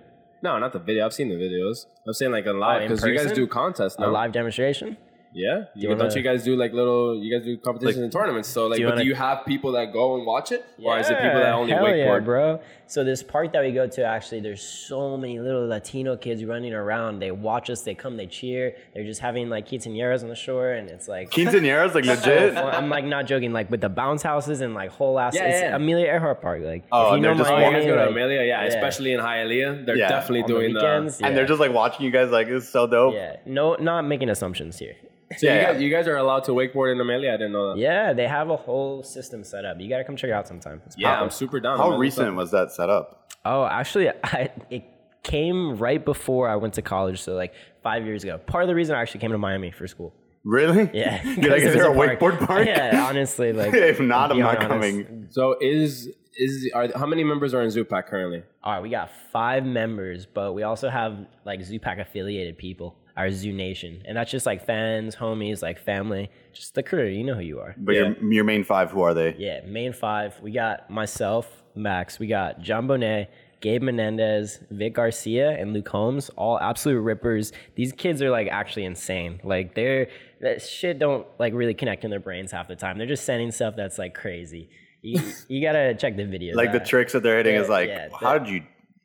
[SPEAKER 2] No, not the video. I've seen the videos. I'm saying like a live
[SPEAKER 3] Oh, in
[SPEAKER 2] because you guys
[SPEAKER 3] person?
[SPEAKER 2] do contests
[SPEAKER 3] A
[SPEAKER 2] now.
[SPEAKER 3] live demonstration?
[SPEAKER 2] Yeah, you,
[SPEAKER 3] wanna-
[SPEAKER 2] don't you guys do like little? You guys do competitions
[SPEAKER 1] Like-
[SPEAKER 2] and tournaments. So like,
[SPEAKER 3] Do
[SPEAKER 2] do
[SPEAKER 3] you
[SPEAKER 2] you,
[SPEAKER 3] wanna-
[SPEAKER 2] do you have people that go and watch it, or is it people that
[SPEAKER 3] Yeah,
[SPEAKER 2] only
[SPEAKER 3] hell yeah,
[SPEAKER 2] wakeboard?
[SPEAKER 3] bro? So this park that we go to, actually, there's so many little Latino kids running around. They watch us. They come. They cheer. They're just having like quinceañeras on the shore, and it's like.
[SPEAKER 1] Quinceañeras like legit.
[SPEAKER 3] Well, I'm like not joking, like with the bounce houses and like whole ass.
[SPEAKER 2] Yeah,
[SPEAKER 3] it's
[SPEAKER 2] yeah.
[SPEAKER 3] Amelia Earhart Park. Like,
[SPEAKER 1] Oh,
[SPEAKER 3] if you
[SPEAKER 1] and
[SPEAKER 3] know
[SPEAKER 1] they're just
[SPEAKER 2] Oh, you
[SPEAKER 3] Miami,
[SPEAKER 2] guys go to
[SPEAKER 3] like,
[SPEAKER 2] Amelia, yeah,
[SPEAKER 3] yeah.
[SPEAKER 2] especially in Hialeah, they're
[SPEAKER 1] Yeah.
[SPEAKER 2] definitely
[SPEAKER 3] on the
[SPEAKER 2] doing the.
[SPEAKER 3] weekends,
[SPEAKER 1] And
[SPEAKER 3] yeah.
[SPEAKER 1] they're just like watching you guys like it's so dope.
[SPEAKER 3] yeah, no, not making assumptions here.
[SPEAKER 2] So you,
[SPEAKER 1] Yeah,
[SPEAKER 2] guys, you guys are allowed to wakeboard in Amelia. I didn't know that.
[SPEAKER 3] Yeah, they have a whole system set up. You gotta come check it out sometime. It's
[SPEAKER 2] Yeah,
[SPEAKER 3] poppin'.
[SPEAKER 2] I'm super down.
[SPEAKER 1] How
[SPEAKER 2] man.
[SPEAKER 1] recent was that set up?
[SPEAKER 3] Oh, actually, I, it came right before I went to college, so like five years ago. Part of the reason I actually came to Miami for school.
[SPEAKER 1] Really?
[SPEAKER 3] Yeah,
[SPEAKER 1] You're like, is
[SPEAKER 3] There's
[SPEAKER 1] there a wakeboard park?
[SPEAKER 3] Yeah, honestly, like
[SPEAKER 1] if not, I'm
[SPEAKER 3] being
[SPEAKER 1] not
[SPEAKER 3] honest.
[SPEAKER 1] coming.
[SPEAKER 2] So is is are how many members are in Zupac currently?
[SPEAKER 3] All right, we got five members, but we also have like Zupac affiliated people, our Zoo Nation, and that's just like fans, homies, like family, just the crew. You know who you are.
[SPEAKER 1] But your, your main five, who are they?
[SPEAKER 3] Yeah, main five. We got myself, Max. We got John Bonet, Gabe Menendez, Vic Garcia, and Luke Holmes. All absolute rippers. These kids are like actually insane. Like they're that shit don't like really connect in their brains half the time. They're just sending stuff that's like crazy. You, you gotta check the videos.
[SPEAKER 1] Like the
[SPEAKER 3] out.
[SPEAKER 1] tricks that they're hitting
[SPEAKER 3] yeah,
[SPEAKER 1] is like,
[SPEAKER 3] yeah,
[SPEAKER 1] how did you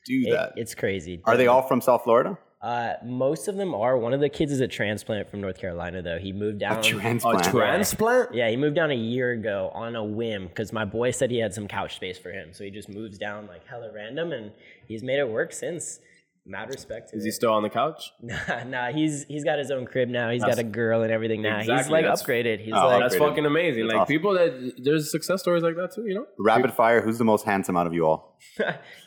[SPEAKER 1] do
[SPEAKER 3] It-
[SPEAKER 1] that?
[SPEAKER 3] it's crazy.
[SPEAKER 1] Are they all from South Florida?
[SPEAKER 3] Uh, most of them are. One of the kids is a transplant from North Carolina, though. He moved down.
[SPEAKER 1] Oh, Transplant.
[SPEAKER 2] Transplant?
[SPEAKER 3] Yeah, he moved down a year ago on a whim because my boy said he had some couch space for him. So he just moves down like hella random and he's made it work since. Mad respect to
[SPEAKER 2] Is
[SPEAKER 3] him.
[SPEAKER 2] he still on the couch?
[SPEAKER 3] nah, nah, he's he's got his own crib now. He's got a
[SPEAKER 2] That's-
[SPEAKER 3] girl and everything now. he's
[SPEAKER 2] Exactly,
[SPEAKER 3] like
[SPEAKER 2] that's-
[SPEAKER 3] upgraded. He's
[SPEAKER 1] Oh,
[SPEAKER 3] like
[SPEAKER 2] That's
[SPEAKER 1] Upgraded.
[SPEAKER 2] fucking amazing.
[SPEAKER 1] That's
[SPEAKER 2] like
[SPEAKER 1] awesome.
[SPEAKER 2] people that there's success stories like that too. You know.
[SPEAKER 1] Rapid fire. Who's the most handsome out of you all?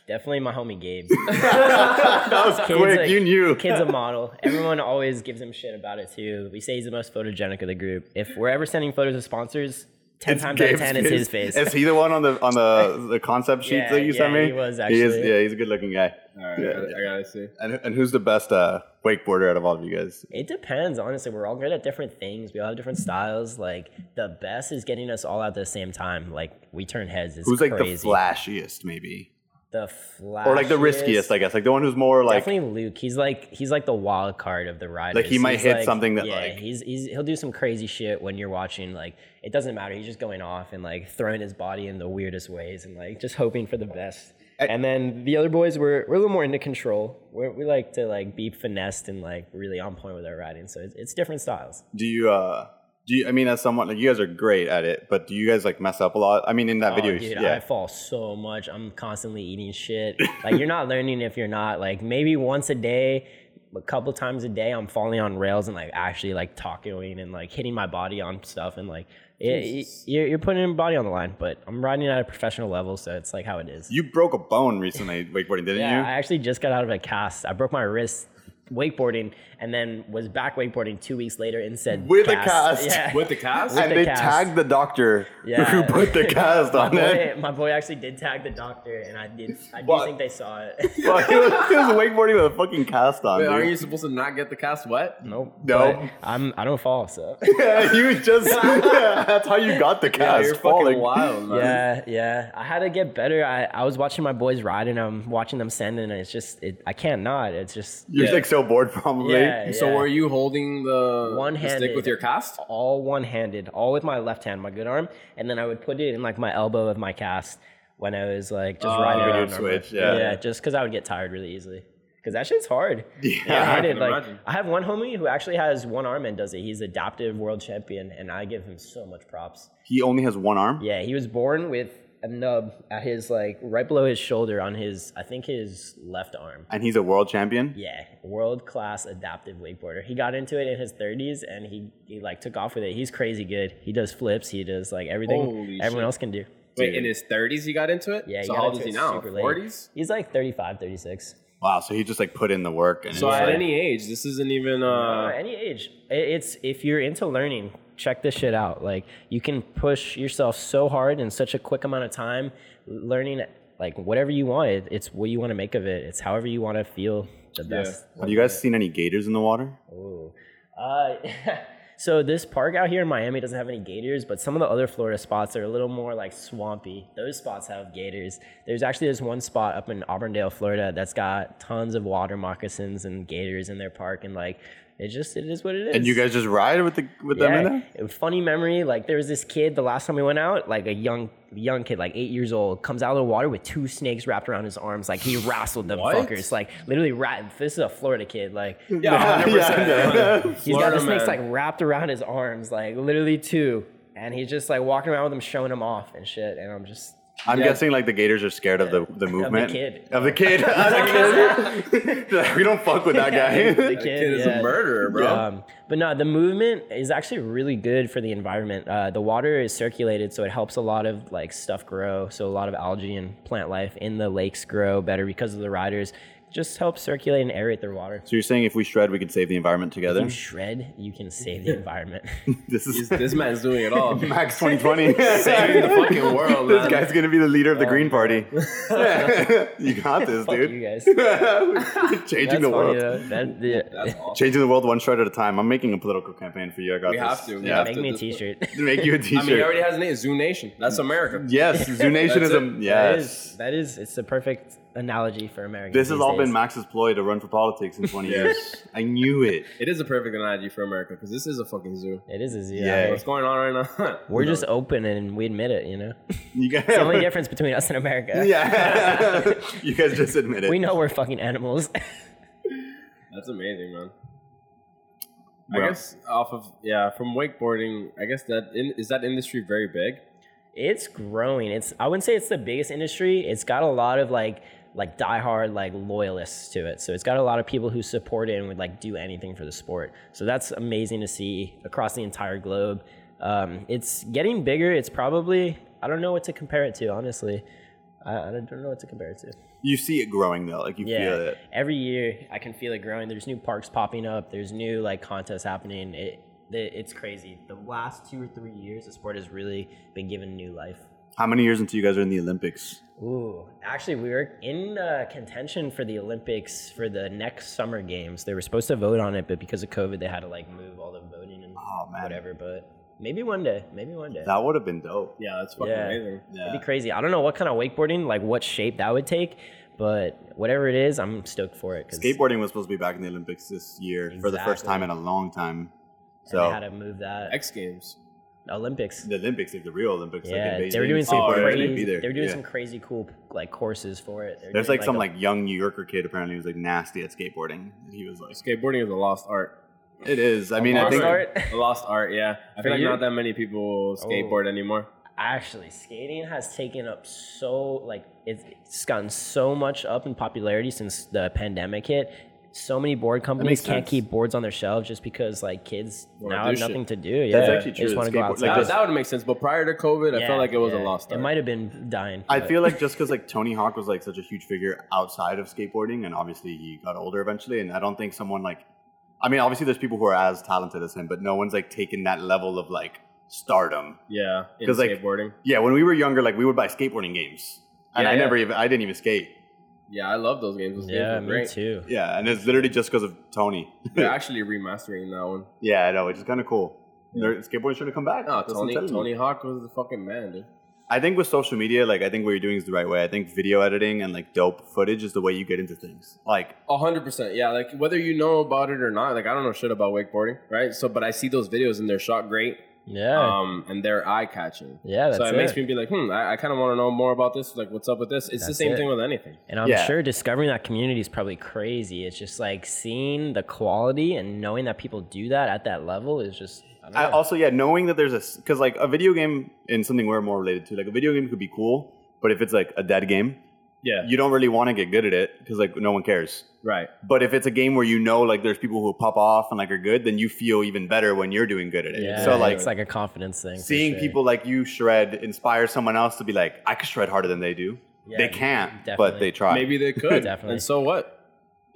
[SPEAKER 3] definitely my homie Gabe.
[SPEAKER 1] that was quick.
[SPEAKER 3] like-
[SPEAKER 1] you knew.
[SPEAKER 3] Kid's a model. Everyone always gives him shit about it too. We say he's the most photogenic of the group. If we're ever sending photos of sponsors, ten times
[SPEAKER 1] Gabe's
[SPEAKER 3] out of ten, it's his face.
[SPEAKER 1] Is he the one on the on the the concept sheet
[SPEAKER 3] Yeah,
[SPEAKER 1] that you sent
[SPEAKER 3] yeah,
[SPEAKER 1] me?
[SPEAKER 3] he was
[SPEAKER 1] is,
[SPEAKER 3] actually.
[SPEAKER 1] yeah, he's a good looking guy.
[SPEAKER 2] All right, I,
[SPEAKER 1] Yeah.
[SPEAKER 2] gotta, I gotta see.
[SPEAKER 1] And and who's the best uh, wakeboarder out of all of you guys?
[SPEAKER 3] It depends, honestly. We're all good at different things. We all have different styles. Like the best is getting us all at the same time. Like we turn heads. It's
[SPEAKER 1] Who's like
[SPEAKER 3] crazy.
[SPEAKER 1] the flashiest, maybe,
[SPEAKER 3] The flash.
[SPEAKER 1] or like the riskiest? I guess like the one who's more like
[SPEAKER 3] definitely Luke. He's like he's like the wild card of the riders.
[SPEAKER 1] Like, he might
[SPEAKER 3] He's
[SPEAKER 1] hit something that,
[SPEAKER 3] yeah,
[SPEAKER 1] like-
[SPEAKER 3] he's he's he'll do some crazy shit when you're watching. Like it doesn't matter. He's just going off and like throwing his body in the weirdest ways and like just hoping for the best.
[SPEAKER 1] I-
[SPEAKER 3] and then the other boys we're we're a little more into control. We're, we like to like be finessed and like really on point with our riding. So it's, it's different styles.
[SPEAKER 1] do you uh do you i mean as someone like you guys are great at it but do you guys like mess up a lot i mean in that
[SPEAKER 3] Oh,
[SPEAKER 1] video
[SPEAKER 3] dude, I
[SPEAKER 1] yeah
[SPEAKER 3] fall so much. I'm constantly eating shit. Like you're not learning if you're not like maybe once a day, a couple times a day, I'm falling on rails and like actually like talking and like hitting my body on stuff and like it, it- you're, you're putting your body on the line. But I'm riding at a professional level, so it's like how it is.
[SPEAKER 1] you broke a bone recently wakeboarding didn't
[SPEAKER 3] yeah,
[SPEAKER 1] you
[SPEAKER 3] I actually just got out of a cast. I broke my wrist wakeboarding and then was back wakeboarding two weeks later and said
[SPEAKER 1] With a cast.
[SPEAKER 3] Yeah.
[SPEAKER 2] With the cast?
[SPEAKER 1] and
[SPEAKER 3] the
[SPEAKER 1] they
[SPEAKER 3] cast.
[SPEAKER 1] tagged the doctor
[SPEAKER 3] Yeah.
[SPEAKER 1] who put the cast on it
[SPEAKER 3] Boy, my boy actually did tag the doctor, and I did. I do
[SPEAKER 1] What?
[SPEAKER 3] think they saw it.
[SPEAKER 1] Fuck, he, was, he was wakeboarding with a fucking cast on
[SPEAKER 2] Wait, aren't you
[SPEAKER 1] dude.
[SPEAKER 2] supposed to not get the cast wet?
[SPEAKER 3] Nope.
[SPEAKER 1] No.
[SPEAKER 3] but I'm. I don't fall. So.
[SPEAKER 1] yeah, you just yeah, that's how you got the cast
[SPEAKER 2] you're
[SPEAKER 1] falling
[SPEAKER 2] fucking wild, man.
[SPEAKER 3] yeah, yeah. I had to get better. I, I was watching my boys ride, and I'm watching them send, and it's just. It, I can't not. It's just
[SPEAKER 1] you're
[SPEAKER 2] Yeah.
[SPEAKER 1] like so bored probably
[SPEAKER 3] Yeah.
[SPEAKER 2] So were you holding the
[SPEAKER 3] One-handed.
[SPEAKER 2] the stick with your cast?
[SPEAKER 3] all one handed, all with my left hand, my good arm, and then I would put it in like my elbow of my cast. when I was like just
[SPEAKER 2] Oh,
[SPEAKER 3] riding
[SPEAKER 2] video
[SPEAKER 3] around. normal.
[SPEAKER 1] switch, yeah.
[SPEAKER 3] yeah, just because I would get tired really easily. Because that shit's hard.
[SPEAKER 1] Yeah.
[SPEAKER 3] I,
[SPEAKER 2] I
[SPEAKER 3] did,
[SPEAKER 2] can
[SPEAKER 3] like,
[SPEAKER 2] imagine.
[SPEAKER 3] I have one homie who actually has one arm and does it. He's adoptive world champion, and I give him so much props.
[SPEAKER 1] He only has one arm.
[SPEAKER 3] Yeah, he was born with a nub at his like right below his shoulder on his I think his left arm.
[SPEAKER 1] And he's a world champion.
[SPEAKER 3] Yeah, world class adaptive wakeboarder. He got into it in his 30s and he, he like took off with it. He's crazy good. He does flips. He does like everything
[SPEAKER 2] Holy
[SPEAKER 3] everyone
[SPEAKER 2] shit.
[SPEAKER 3] else can do.
[SPEAKER 2] Wait, in his 30s he got into it?
[SPEAKER 3] Yeah,
[SPEAKER 2] So
[SPEAKER 3] got
[SPEAKER 2] how old is
[SPEAKER 3] into
[SPEAKER 2] he
[SPEAKER 3] it
[SPEAKER 2] now?
[SPEAKER 3] super late.
[SPEAKER 2] 40s?
[SPEAKER 3] He's like 35, 36.
[SPEAKER 1] Wow. So he just like put in the work. And
[SPEAKER 2] So
[SPEAKER 1] it's
[SPEAKER 2] at
[SPEAKER 1] like-
[SPEAKER 2] any age, this isn't even.
[SPEAKER 3] Uh,
[SPEAKER 2] Uh,
[SPEAKER 3] any age. I- It's if you're into learning, check this shit out. Like you can push yourself so hard in such a quick amount of time learning like whatever you want. It- It's what you want to make of it. It's however you want to feel the best.
[SPEAKER 1] have you guys seen any gators in the water?
[SPEAKER 3] Ooh. Uh, so this park out here in Miami doesn't have any gators, but some of the other Florida spots are a little more like swampy. Those spots have gators. There's actually this one spot up in Auburndale, Florida, that's got tons of water moccasins and gators in their park, and like it just it is what it is.
[SPEAKER 1] And you guys just ride with the with them in there?
[SPEAKER 3] Yeah, funny memory. Like there was this kid the last time we went out, like a young young kid, like eight years old, comes out of the water with two snakes wrapped around his arms. Like he wrestled them
[SPEAKER 2] What?
[SPEAKER 3] fuckers. Like literally, ra- this is a Florida kid. Like
[SPEAKER 2] yeah, 100%.
[SPEAKER 3] He's
[SPEAKER 2] Florida
[SPEAKER 3] got the
[SPEAKER 2] man.
[SPEAKER 3] snakes like wrapped around his arms, like literally two, and he's just like walking around with them, showing them off and shit. And I'm just
[SPEAKER 1] I'm
[SPEAKER 2] Yeah.
[SPEAKER 1] guessing like the gators are scared of the, the movement.
[SPEAKER 3] kid.
[SPEAKER 1] Of the kid. Of the kid. we don't fuck with that
[SPEAKER 3] the
[SPEAKER 1] guy.
[SPEAKER 3] kid,
[SPEAKER 2] Kid is
[SPEAKER 3] yeah.
[SPEAKER 2] a murderer, bro.
[SPEAKER 3] Um, but no, the movement is actually really good for the environment. Uh, the water is circulated, so it helps a lot of like stuff grow. So a lot of algae and plant life in the lakes grow better because of the riders. Just helps circulate and aerate their water.
[SPEAKER 1] so you're saying if we shred, we could save the environment together?
[SPEAKER 3] You shred, you can save the environment.
[SPEAKER 1] This is
[SPEAKER 2] This man's doing it all.
[SPEAKER 1] Max 2020.
[SPEAKER 2] Saving the fucking world,
[SPEAKER 1] This
[SPEAKER 2] man.
[SPEAKER 1] guy's gonna be the leader of the Green Party. you got this,
[SPEAKER 3] Fuck
[SPEAKER 1] dude.
[SPEAKER 3] you guys.
[SPEAKER 1] Changing
[SPEAKER 3] That's
[SPEAKER 1] the
[SPEAKER 3] funny
[SPEAKER 1] world.
[SPEAKER 3] though. That, yeah.
[SPEAKER 2] That's awesome.
[SPEAKER 1] Changing the world one shred at a time. I'm making a political campaign for you. I got
[SPEAKER 2] We
[SPEAKER 1] this. uh,
[SPEAKER 2] have to. We
[SPEAKER 1] Yeah.
[SPEAKER 2] have
[SPEAKER 3] Make
[SPEAKER 2] to
[SPEAKER 3] me a
[SPEAKER 2] at this point.
[SPEAKER 3] T-shirt.
[SPEAKER 1] Make you a T-shirt.
[SPEAKER 2] I mean, he already has a name. Zoo Nation. That's America.
[SPEAKER 1] yes, Zoo Nation is
[SPEAKER 2] That's
[SPEAKER 1] a
[SPEAKER 2] it.
[SPEAKER 3] That
[SPEAKER 1] yes.
[SPEAKER 3] is that is it's the perfect analogy for America.
[SPEAKER 1] This has all been Max's ploy to run for politics in 20 years. I knew it.
[SPEAKER 2] It is a perfect analogy for America because this is a fucking zoo.
[SPEAKER 3] It is a zoo.
[SPEAKER 1] Yeah.
[SPEAKER 3] Yeah.
[SPEAKER 2] What's going on right now?
[SPEAKER 3] We're just open and we admit it, you know. It's
[SPEAKER 1] You guys,
[SPEAKER 3] the only difference between us and America.
[SPEAKER 1] yeah, you guys just admit it.
[SPEAKER 3] We know we're fucking animals.
[SPEAKER 2] That's amazing, man.
[SPEAKER 1] Well.
[SPEAKER 2] I guess off of yeah, from wakeboarding, I guess that in, is that industry very big.
[SPEAKER 3] it's growing. It's I wouldn't say it's the biggest industry. It's got a lot of like like diehard like loyalists to it. So it's got a lot of people who support it and would like do anything for the sport. So that's amazing to see across the entire globe. Um, it's getting bigger. It's probably I don't know what to compare it to honestly. I, I don't know what to compare it to.
[SPEAKER 1] You see it growing though, like you
[SPEAKER 3] Yeah,
[SPEAKER 1] feel it.
[SPEAKER 3] every year I can feel it growing. There's new parks popping up. There's new like contests happening. It, the it's crazy. The last two or three years, the sport has really been given new life.
[SPEAKER 1] How many years until you guys are in the Olympics?
[SPEAKER 3] Ooh, actually, we were in uh, contention for the Olympics for the next summer games. They were supposed to vote on it, but because of COVID, they had to like move all the voting and
[SPEAKER 1] Oh, man.
[SPEAKER 3] whatever. But maybe one day, maybe one day.
[SPEAKER 1] That would have been dope.
[SPEAKER 2] Yeah, that's fucking
[SPEAKER 3] Yeah.
[SPEAKER 2] amazing.
[SPEAKER 1] Yeah.
[SPEAKER 3] That'd be crazy. I don't know what kind of wakeboarding, like what shape that would take, but whatever it is, I'm stoked for it. 'cause-
[SPEAKER 1] Skateboarding was supposed to be back in the Olympics this year for the first
[SPEAKER 3] Exactly.
[SPEAKER 1] time in a long time.
[SPEAKER 3] and they
[SPEAKER 1] So
[SPEAKER 3] had to move that
[SPEAKER 2] X Games.
[SPEAKER 3] Olympics.
[SPEAKER 1] the Olympics, like the real Olympics,
[SPEAKER 3] Yeah,
[SPEAKER 1] like in Beijing,
[SPEAKER 3] they were doing some
[SPEAKER 1] skateboarders
[SPEAKER 2] already
[SPEAKER 1] didn't
[SPEAKER 3] crazy.
[SPEAKER 1] be there.
[SPEAKER 3] They were doing
[SPEAKER 1] Yeah.
[SPEAKER 3] some crazy cool like courses for it. They were
[SPEAKER 1] There's
[SPEAKER 3] doing,
[SPEAKER 1] like some
[SPEAKER 3] a-
[SPEAKER 1] like young New Yorker kid apparently who's like nasty at skateboarding. And he was like,
[SPEAKER 2] Skateboarding is a lost art.
[SPEAKER 1] "It is." I mean, I
[SPEAKER 3] lost
[SPEAKER 1] think
[SPEAKER 3] art?
[SPEAKER 2] a lost art. Yeah, I
[SPEAKER 3] For
[SPEAKER 2] feel like
[SPEAKER 3] you? Oh.
[SPEAKER 2] not that many people skateboard anymore.
[SPEAKER 3] actually skating has taken up so like it's, it's gotten so much up in popularity since the pandemic hit so many board companies
[SPEAKER 1] makes
[SPEAKER 3] can't
[SPEAKER 1] sense.
[SPEAKER 3] keep boards on their shelves just because like kids
[SPEAKER 2] Wanna
[SPEAKER 3] now
[SPEAKER 2] do
[SPEAKER 3] have
[SPEAKER 2] shit.
[SPEAKER 3] nothing to do yeah
[SPEAKER 1] That's actually
[SPEAKER 3] they just
[SPEAKER 1] true,
[SPEAKER 3] want to go
[SPEAKER 1] skateboard-
[SPEAKER 3] outside
[SPEAKER 1] like
[SPEAKER 2] That,
[SPEAKER 1] just-
[SPEAKER 2] that would make sense, but prior to COVID, I
[SPEAKER 3] Yeah,
[SPEAKER 2] felt like it was
[SPEAKER 3] yeah.
[SPEAKER 2] a lost
[SPEAKER 3] it
[SPEAKER 2] art.
[SPEAKER 3] might have been dying
[SPEAKER 1] I
[SPEAKER 3] but-
[SPEAKER 1] feel like just because like Tony Hawk was like such a huge figure outside of skateboarding, and obviously he got older eventually, and I don't think someone like, I mean, obviously there's people who are as talented as him, but no one's like taken that level of like stardom.
[SPEAKER 2] yeah, in
[SPEAKER 1] 'Cause, like-
[SPEAKER 2] skateboarding.
[SPEAKER 1] Yeah, when we were younger, like we would buy skateboarding games, and
[SPEAKER 2] Yeah,
[SPEAKER 1] I
[SPEAKER 2] yeah.
[SPEAKER 1] never even I didn't even skate.
[SPEAKER 2] Yeah, I love those games. Those
[SPEAKER 3] yeah
[SPEAKER 2] games were
[SPEAKER 3] me
[SPEAKER 2] great.
[SPEAKER 3] too
[SPEAKER 1] Yeah, and it's literally just because of Tony.
[SPEAKER 2] They're actually remastering that one.
[SPEAKER 1] yeah, I know, which is kind of cool. They're- Skateboarding should have come back.
[SPEAKER 2] No,
[SPEAKER 1] That's what I'm
[SPEAKER 2] Tony,
[SPEAKER 1] telling you.
[SPEAKER 2] Tony Hawk was the fucking man, dude.
[SPEAKER 1] I think with social media, like I think what you're doing is the right way. I think video editing and like dope footage is the way you get into things. Like
[SPEAKER 2] A hundred percent, yeah. Like whether you know about it or not, like I don't know shit about wakeboarding, right? So, but I see those videos and they're shot great.
[SPEAKER 3] Yeah.
[SPEAKER 2] um, and they're eye catching.
[SPEAKER 3] Yeah,
[SPEAKER 2] so
[SPEAKER 3] that's
[SPEAKER 2] it, makes
[SPEAKER 3] it.
[SPEAKER 2] me be like, hmm, I, I kind of want to know more about this. Like, what's up with this? It's the
[SPEAKER 3] That's
[SPEAKER 2] same
[SPEAKER 3] it.
[SPEAKER 2] thing with anything.
[SPEAKER 3] and I'm
[SPEAKER 1] yeah.
[SPEAKER 3] sure discovering that community is probably crazy. It's just like seeing the quality and knowing that people do that at that level is just. I don't know.
[SPEAKER 1] I, also, yeah, knowing that there's a because like a video game and something we're more related to, like a video game could be cool, but if it's like a dead game,
[SPEAKER 2] Yeah,
[SPEAKER 1] you don't really want to get good at it because like no one cares.
[SPEAKER 2] right.
[SPEAKER 1] But if it's a game where you know like there's people who pop off and like are good, then you feel even better when you're doing good at it.
[SPEAKER 3] yeah,
[SPEAKER 1] so like,
[SPEAKER 3] it's like a confidence thing. for
[SPEAKER 1] seeing
[SPEAKER 3] sure.
[SPEAKER 1] people like you shred inspire someone else to be like, I could shred harder than they do.
[SPEAKER 3] Yeah,
[SPEAKER 1] they can't, but
[SPEAKER 3] definitely.
[SPEAKER 1] they try.
[SPEAKER 2] Maybe they could.
[SPEAKER 3] Definitely.
[SPEAKER 2] And so what?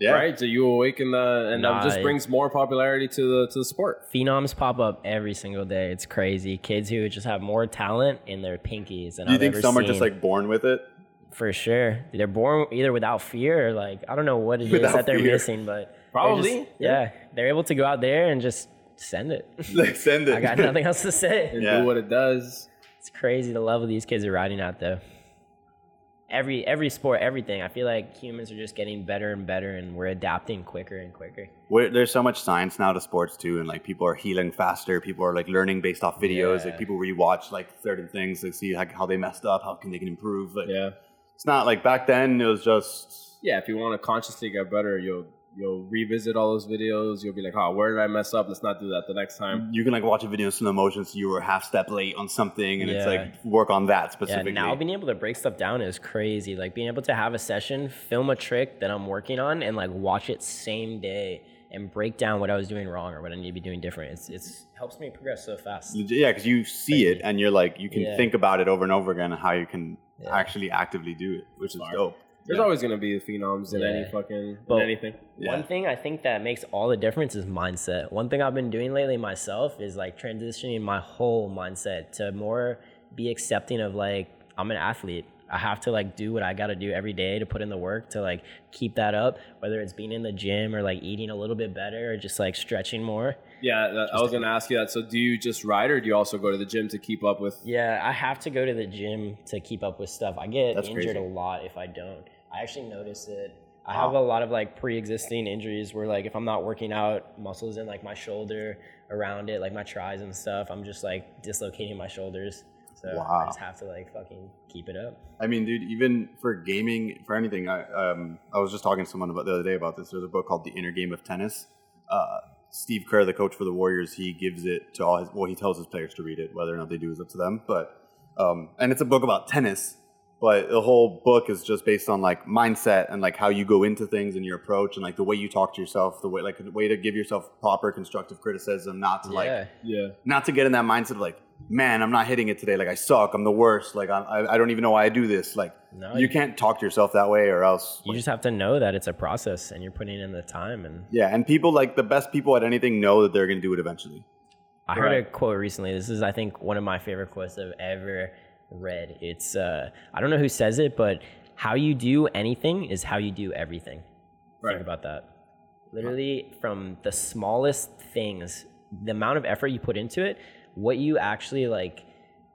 [SPEAKER 1] yeah.
[SPEAKER 2] Right. So you awaken the, and
[SPEAKER 3] Nah,
[SPEAKER 2] that just
[SPEAKER 3] it-
[SPEAKER 2] brings more popularity to the to the sport.
[SPEAKER 3] phenoms pop up every single day. It's crazy. Kids who just have more talent in their pinkies than
[SPEAKER 1] Do you
[SPEAKER 3] I've
[SPEAKER 1] think
[SPEAKER 3] ever
[SPEAKER 1] some are
[SPEAKER 3] seen.
[SPEAKER 1] just like born with it?
[SPEAKER 3] for sure they're born either without fear or like I don't know what it is
[SPEAKER 1] Without
[SPEAKER 3] that they're
[SPEAKER 1] fear.
[SPEAKER 3] missing, but they're
[SPEAKER 2] Probably,
[SPEAKER 3] just- yeah, they're able to go out there and just send it.
[SPEAKER 1] like send it.
[SPEAKER 3] I got nothing else to say.
[SPEAKER 2] And
[SPEAKER 1] Yeah.
[SPEAKER 2] do what it does.
[SPEAKER 3] It's crazy the level these kids are riding at though. Every every sport, everything. I feel like humans are just getting better and better, and we're adapting quicker and quicker.
[SPEAKER 1] Where, there's so much science now to sports too, and like people are healing faster. People are like learning based off videos.
[SPEAKER 3] Yeah.
[SPEAKER 1] Like people rewatch like certain things to see like how they messed up, how can they can improve. Like
[SPEAKER 2] Yeah.
[SPEAKER 1] it's not like back then. It was just
[SPEAKER 2] Yeah. If you want to consciously get better, you'll you'll revisit all those videos. You'll be like, oh, where did I mess up? Let's not do that the next time.
[SPEAKER 1] you can like watch a video in slow motion, so you were a half step late on something, and it's
[SPEAKER 3] Yeah.
[SPEAKER 1] like work on that
[SPEAKER 3] Yeah,
[SPEAKER 1] specifically.
[SPEAKER 3] now being able to break stuff down is crazy. Like being able to have a session, film a trick that I'm working on, and like watch it same day and break down what I was doing wrong or what I need to be doing different. It's it's helps me progress so fast.
[SPEAKER 1] Legit- yeah, because you see it and you're like you can
[SPEAKER 3] Yeah.
[SPEAKER 1] think about it over and over again and how you can
[SPEAKER 3] Yeah.
[SPEAKER 1] actually actively do it, which is
[SPEAKER 2] Smart.
[SPEAKER 1] dope.
[SPEAKER 2] There's always gonna be phenoms in
[SPEAKER 3] Yeah.
[SPEAKER 2] any fucking
[SPEAKER 3] But-
[SPEAKER 2] in anything.
[SPEAKER 1] Yeah.
[SPEAKER 3] One thing I think that makes all the difference is mindset. One thing I've been doing lately myself is like transitioning my whole mindset to more be accepting of like I'm an athlete. I have to like do what I got to do every day to put in the work to like keep that up, whether it's being in the gym or like eating a little bit better or just like stretching more.
[SPEAKER 2] Yeah, that, I was gonna ask you that. So, do you just ride, or do you also go to the gym to keep up with?
[SPEAKER 3] Yeah, I have to go to the gym to keep up with stuff. I get
[SPEAKER 1] That's
[SPEAKER 3] injured
[SPEAKER 1] crazy.
[SPEAKER 3] a lot if I don't. I actually notice it. I have a lot of like pre-existing injuries where like if I'm not working out, muscles in like my shoulder, around it, like my tries and stuff, I'm just like dislocating my shoulders. So
[SPEAKER 1] Wow.
[SPEAKER 3] I just have to like fucking keep it up.
[SPEAKER 1] I mean, dude, even for gaming, for anything, I um, I was just talking to someone about the other day about this. There's a book called The Inner Game of Tennis. Uh, Steve Kerr, the coach for the Warriors, he gives it to all his. Well, he tells his players to read it. Whether or not they do is up to them. But um, and it's a book about tennis. But the whole book is just based on like mindset and like how you go into things and your approach and like the way you talk to yourself, the way like the way to give yourself proper constructive criticism, not to like
[SPEAKER 3] yeah.
[SPEAKER 2] Yeah,
[SPEAKER 1] not to get in that mindset of like, man, I'm not hitting it today. Like I suck. I'm the worst. Like I'm, I, I don't even know why I do this. Like
[SPEAKER 3] No,
[SPEAKER 1] you
[SPEAKER 3] you,
[SPEAKER 1] can't talk to yourself that way, or else.
[SPEAKER 3] you just have to know that it's a process and you're putting in the time and
[SPEAKER 1] yeah, and people like the best people at anything know that they're gonna do it eventually.
[SPEAKER 3] I heard a
[SPEAKER 2] Right.
[SPEAKER 3] quote recently. This is, I think, one of my favorite quotes I've ever read. It's, uh, I don't know who says it, but how you do anything is how you do everything.
[SPEAKER 2] Right.
[SPEAKER 3] Think about that. Literally, from the smallest things, the amount of effort you put into it, what you actually like,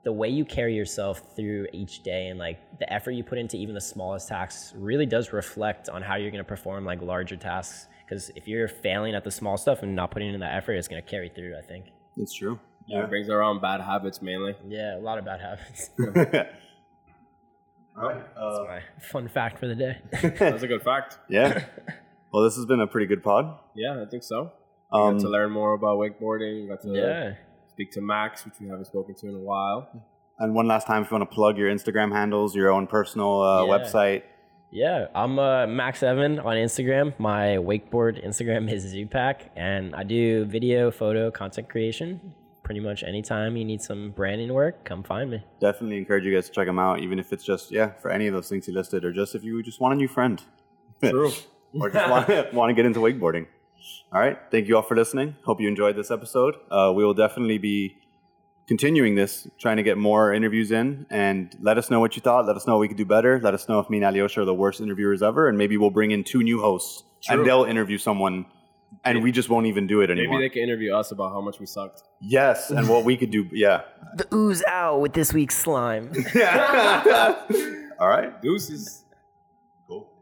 [SPEAKER 3] the way you carry yourself through each day, and like the effort you put into even the smallest tasks really does reflect on how you're going to perform like larger tasks. Because if you're failing at the small stuff and not putting in that effort, it's going to carry through, I think.
[SPEAKER 1] It's true.
[SPEAKER 2] yeah. It brings around bad habits mainly.
[SPEAKER 3] Yeah, a lot of bad habits.
[SPEAKER 1] all right.
[SPEAKER 3] That's
[SPEAKER 1] Uh,
[SPEAKER 3] my fun fact for the day.
[SPEAKER 2] That's a good fact.
[SPEAKER 1] yeah. Well, this has been a pretty good pod.
[SPEAKER 2] Yeah, I think so.
[SPEAKER 1] Um,
[SPEAKER 2] got to learn more about wakeboarding. Got to
[SPEAKER 3] yeah.
[SPEAKER 2] speak to Max, which we haven't spoken to in a while.
[SPEAKER 1] and one last time, if you want to plug your Instagram handles, your own personal uh,
[SPEAKER 3] Yeah.
[SPEAKER 1] website.
[SPEAKER 3] Yeah. I'm uh, Max Evan on Instagram. My wakeboard Instagram is Zupac, and I do video, photo, content creation. Pretty much anytime you need some branding work, come find me.
[SPEAKER 1] Definitely encourage you guys to check them out, even if it's just yeah for any of those things he listed, or just if you just want a new friend.
[SPEAKER 2] True.
[SPEAKER 1] or just want, want to get into wakeboarding. All right. Thank you all for listening. Hope you enjoyed this episode. Uh, we will definitely be continuing this, trying to get more interviews in. And let us know what you thought. Let us know what we could do better. Let us know if me and Alyosha are the worst interviewers ever. And maybe we'll bring in two new hosts and
[SPEAKER 2] True.
[SPEAKER 1] they'll interview someone and we just won't even do it
[SPEAKER 2] Maybe
[SPEAKER 1] anymore.
[SPEAKER 2] they can interview us about how much we sucked.
[SPEAKER 1] yes. And what we could do. Yeah.
[SPEAKER 3] The ooze out with this week's slime.
[SPEAKER 1] all right.
[SPEAKER 2] Deuces.
[SPEAKER 1] Cool.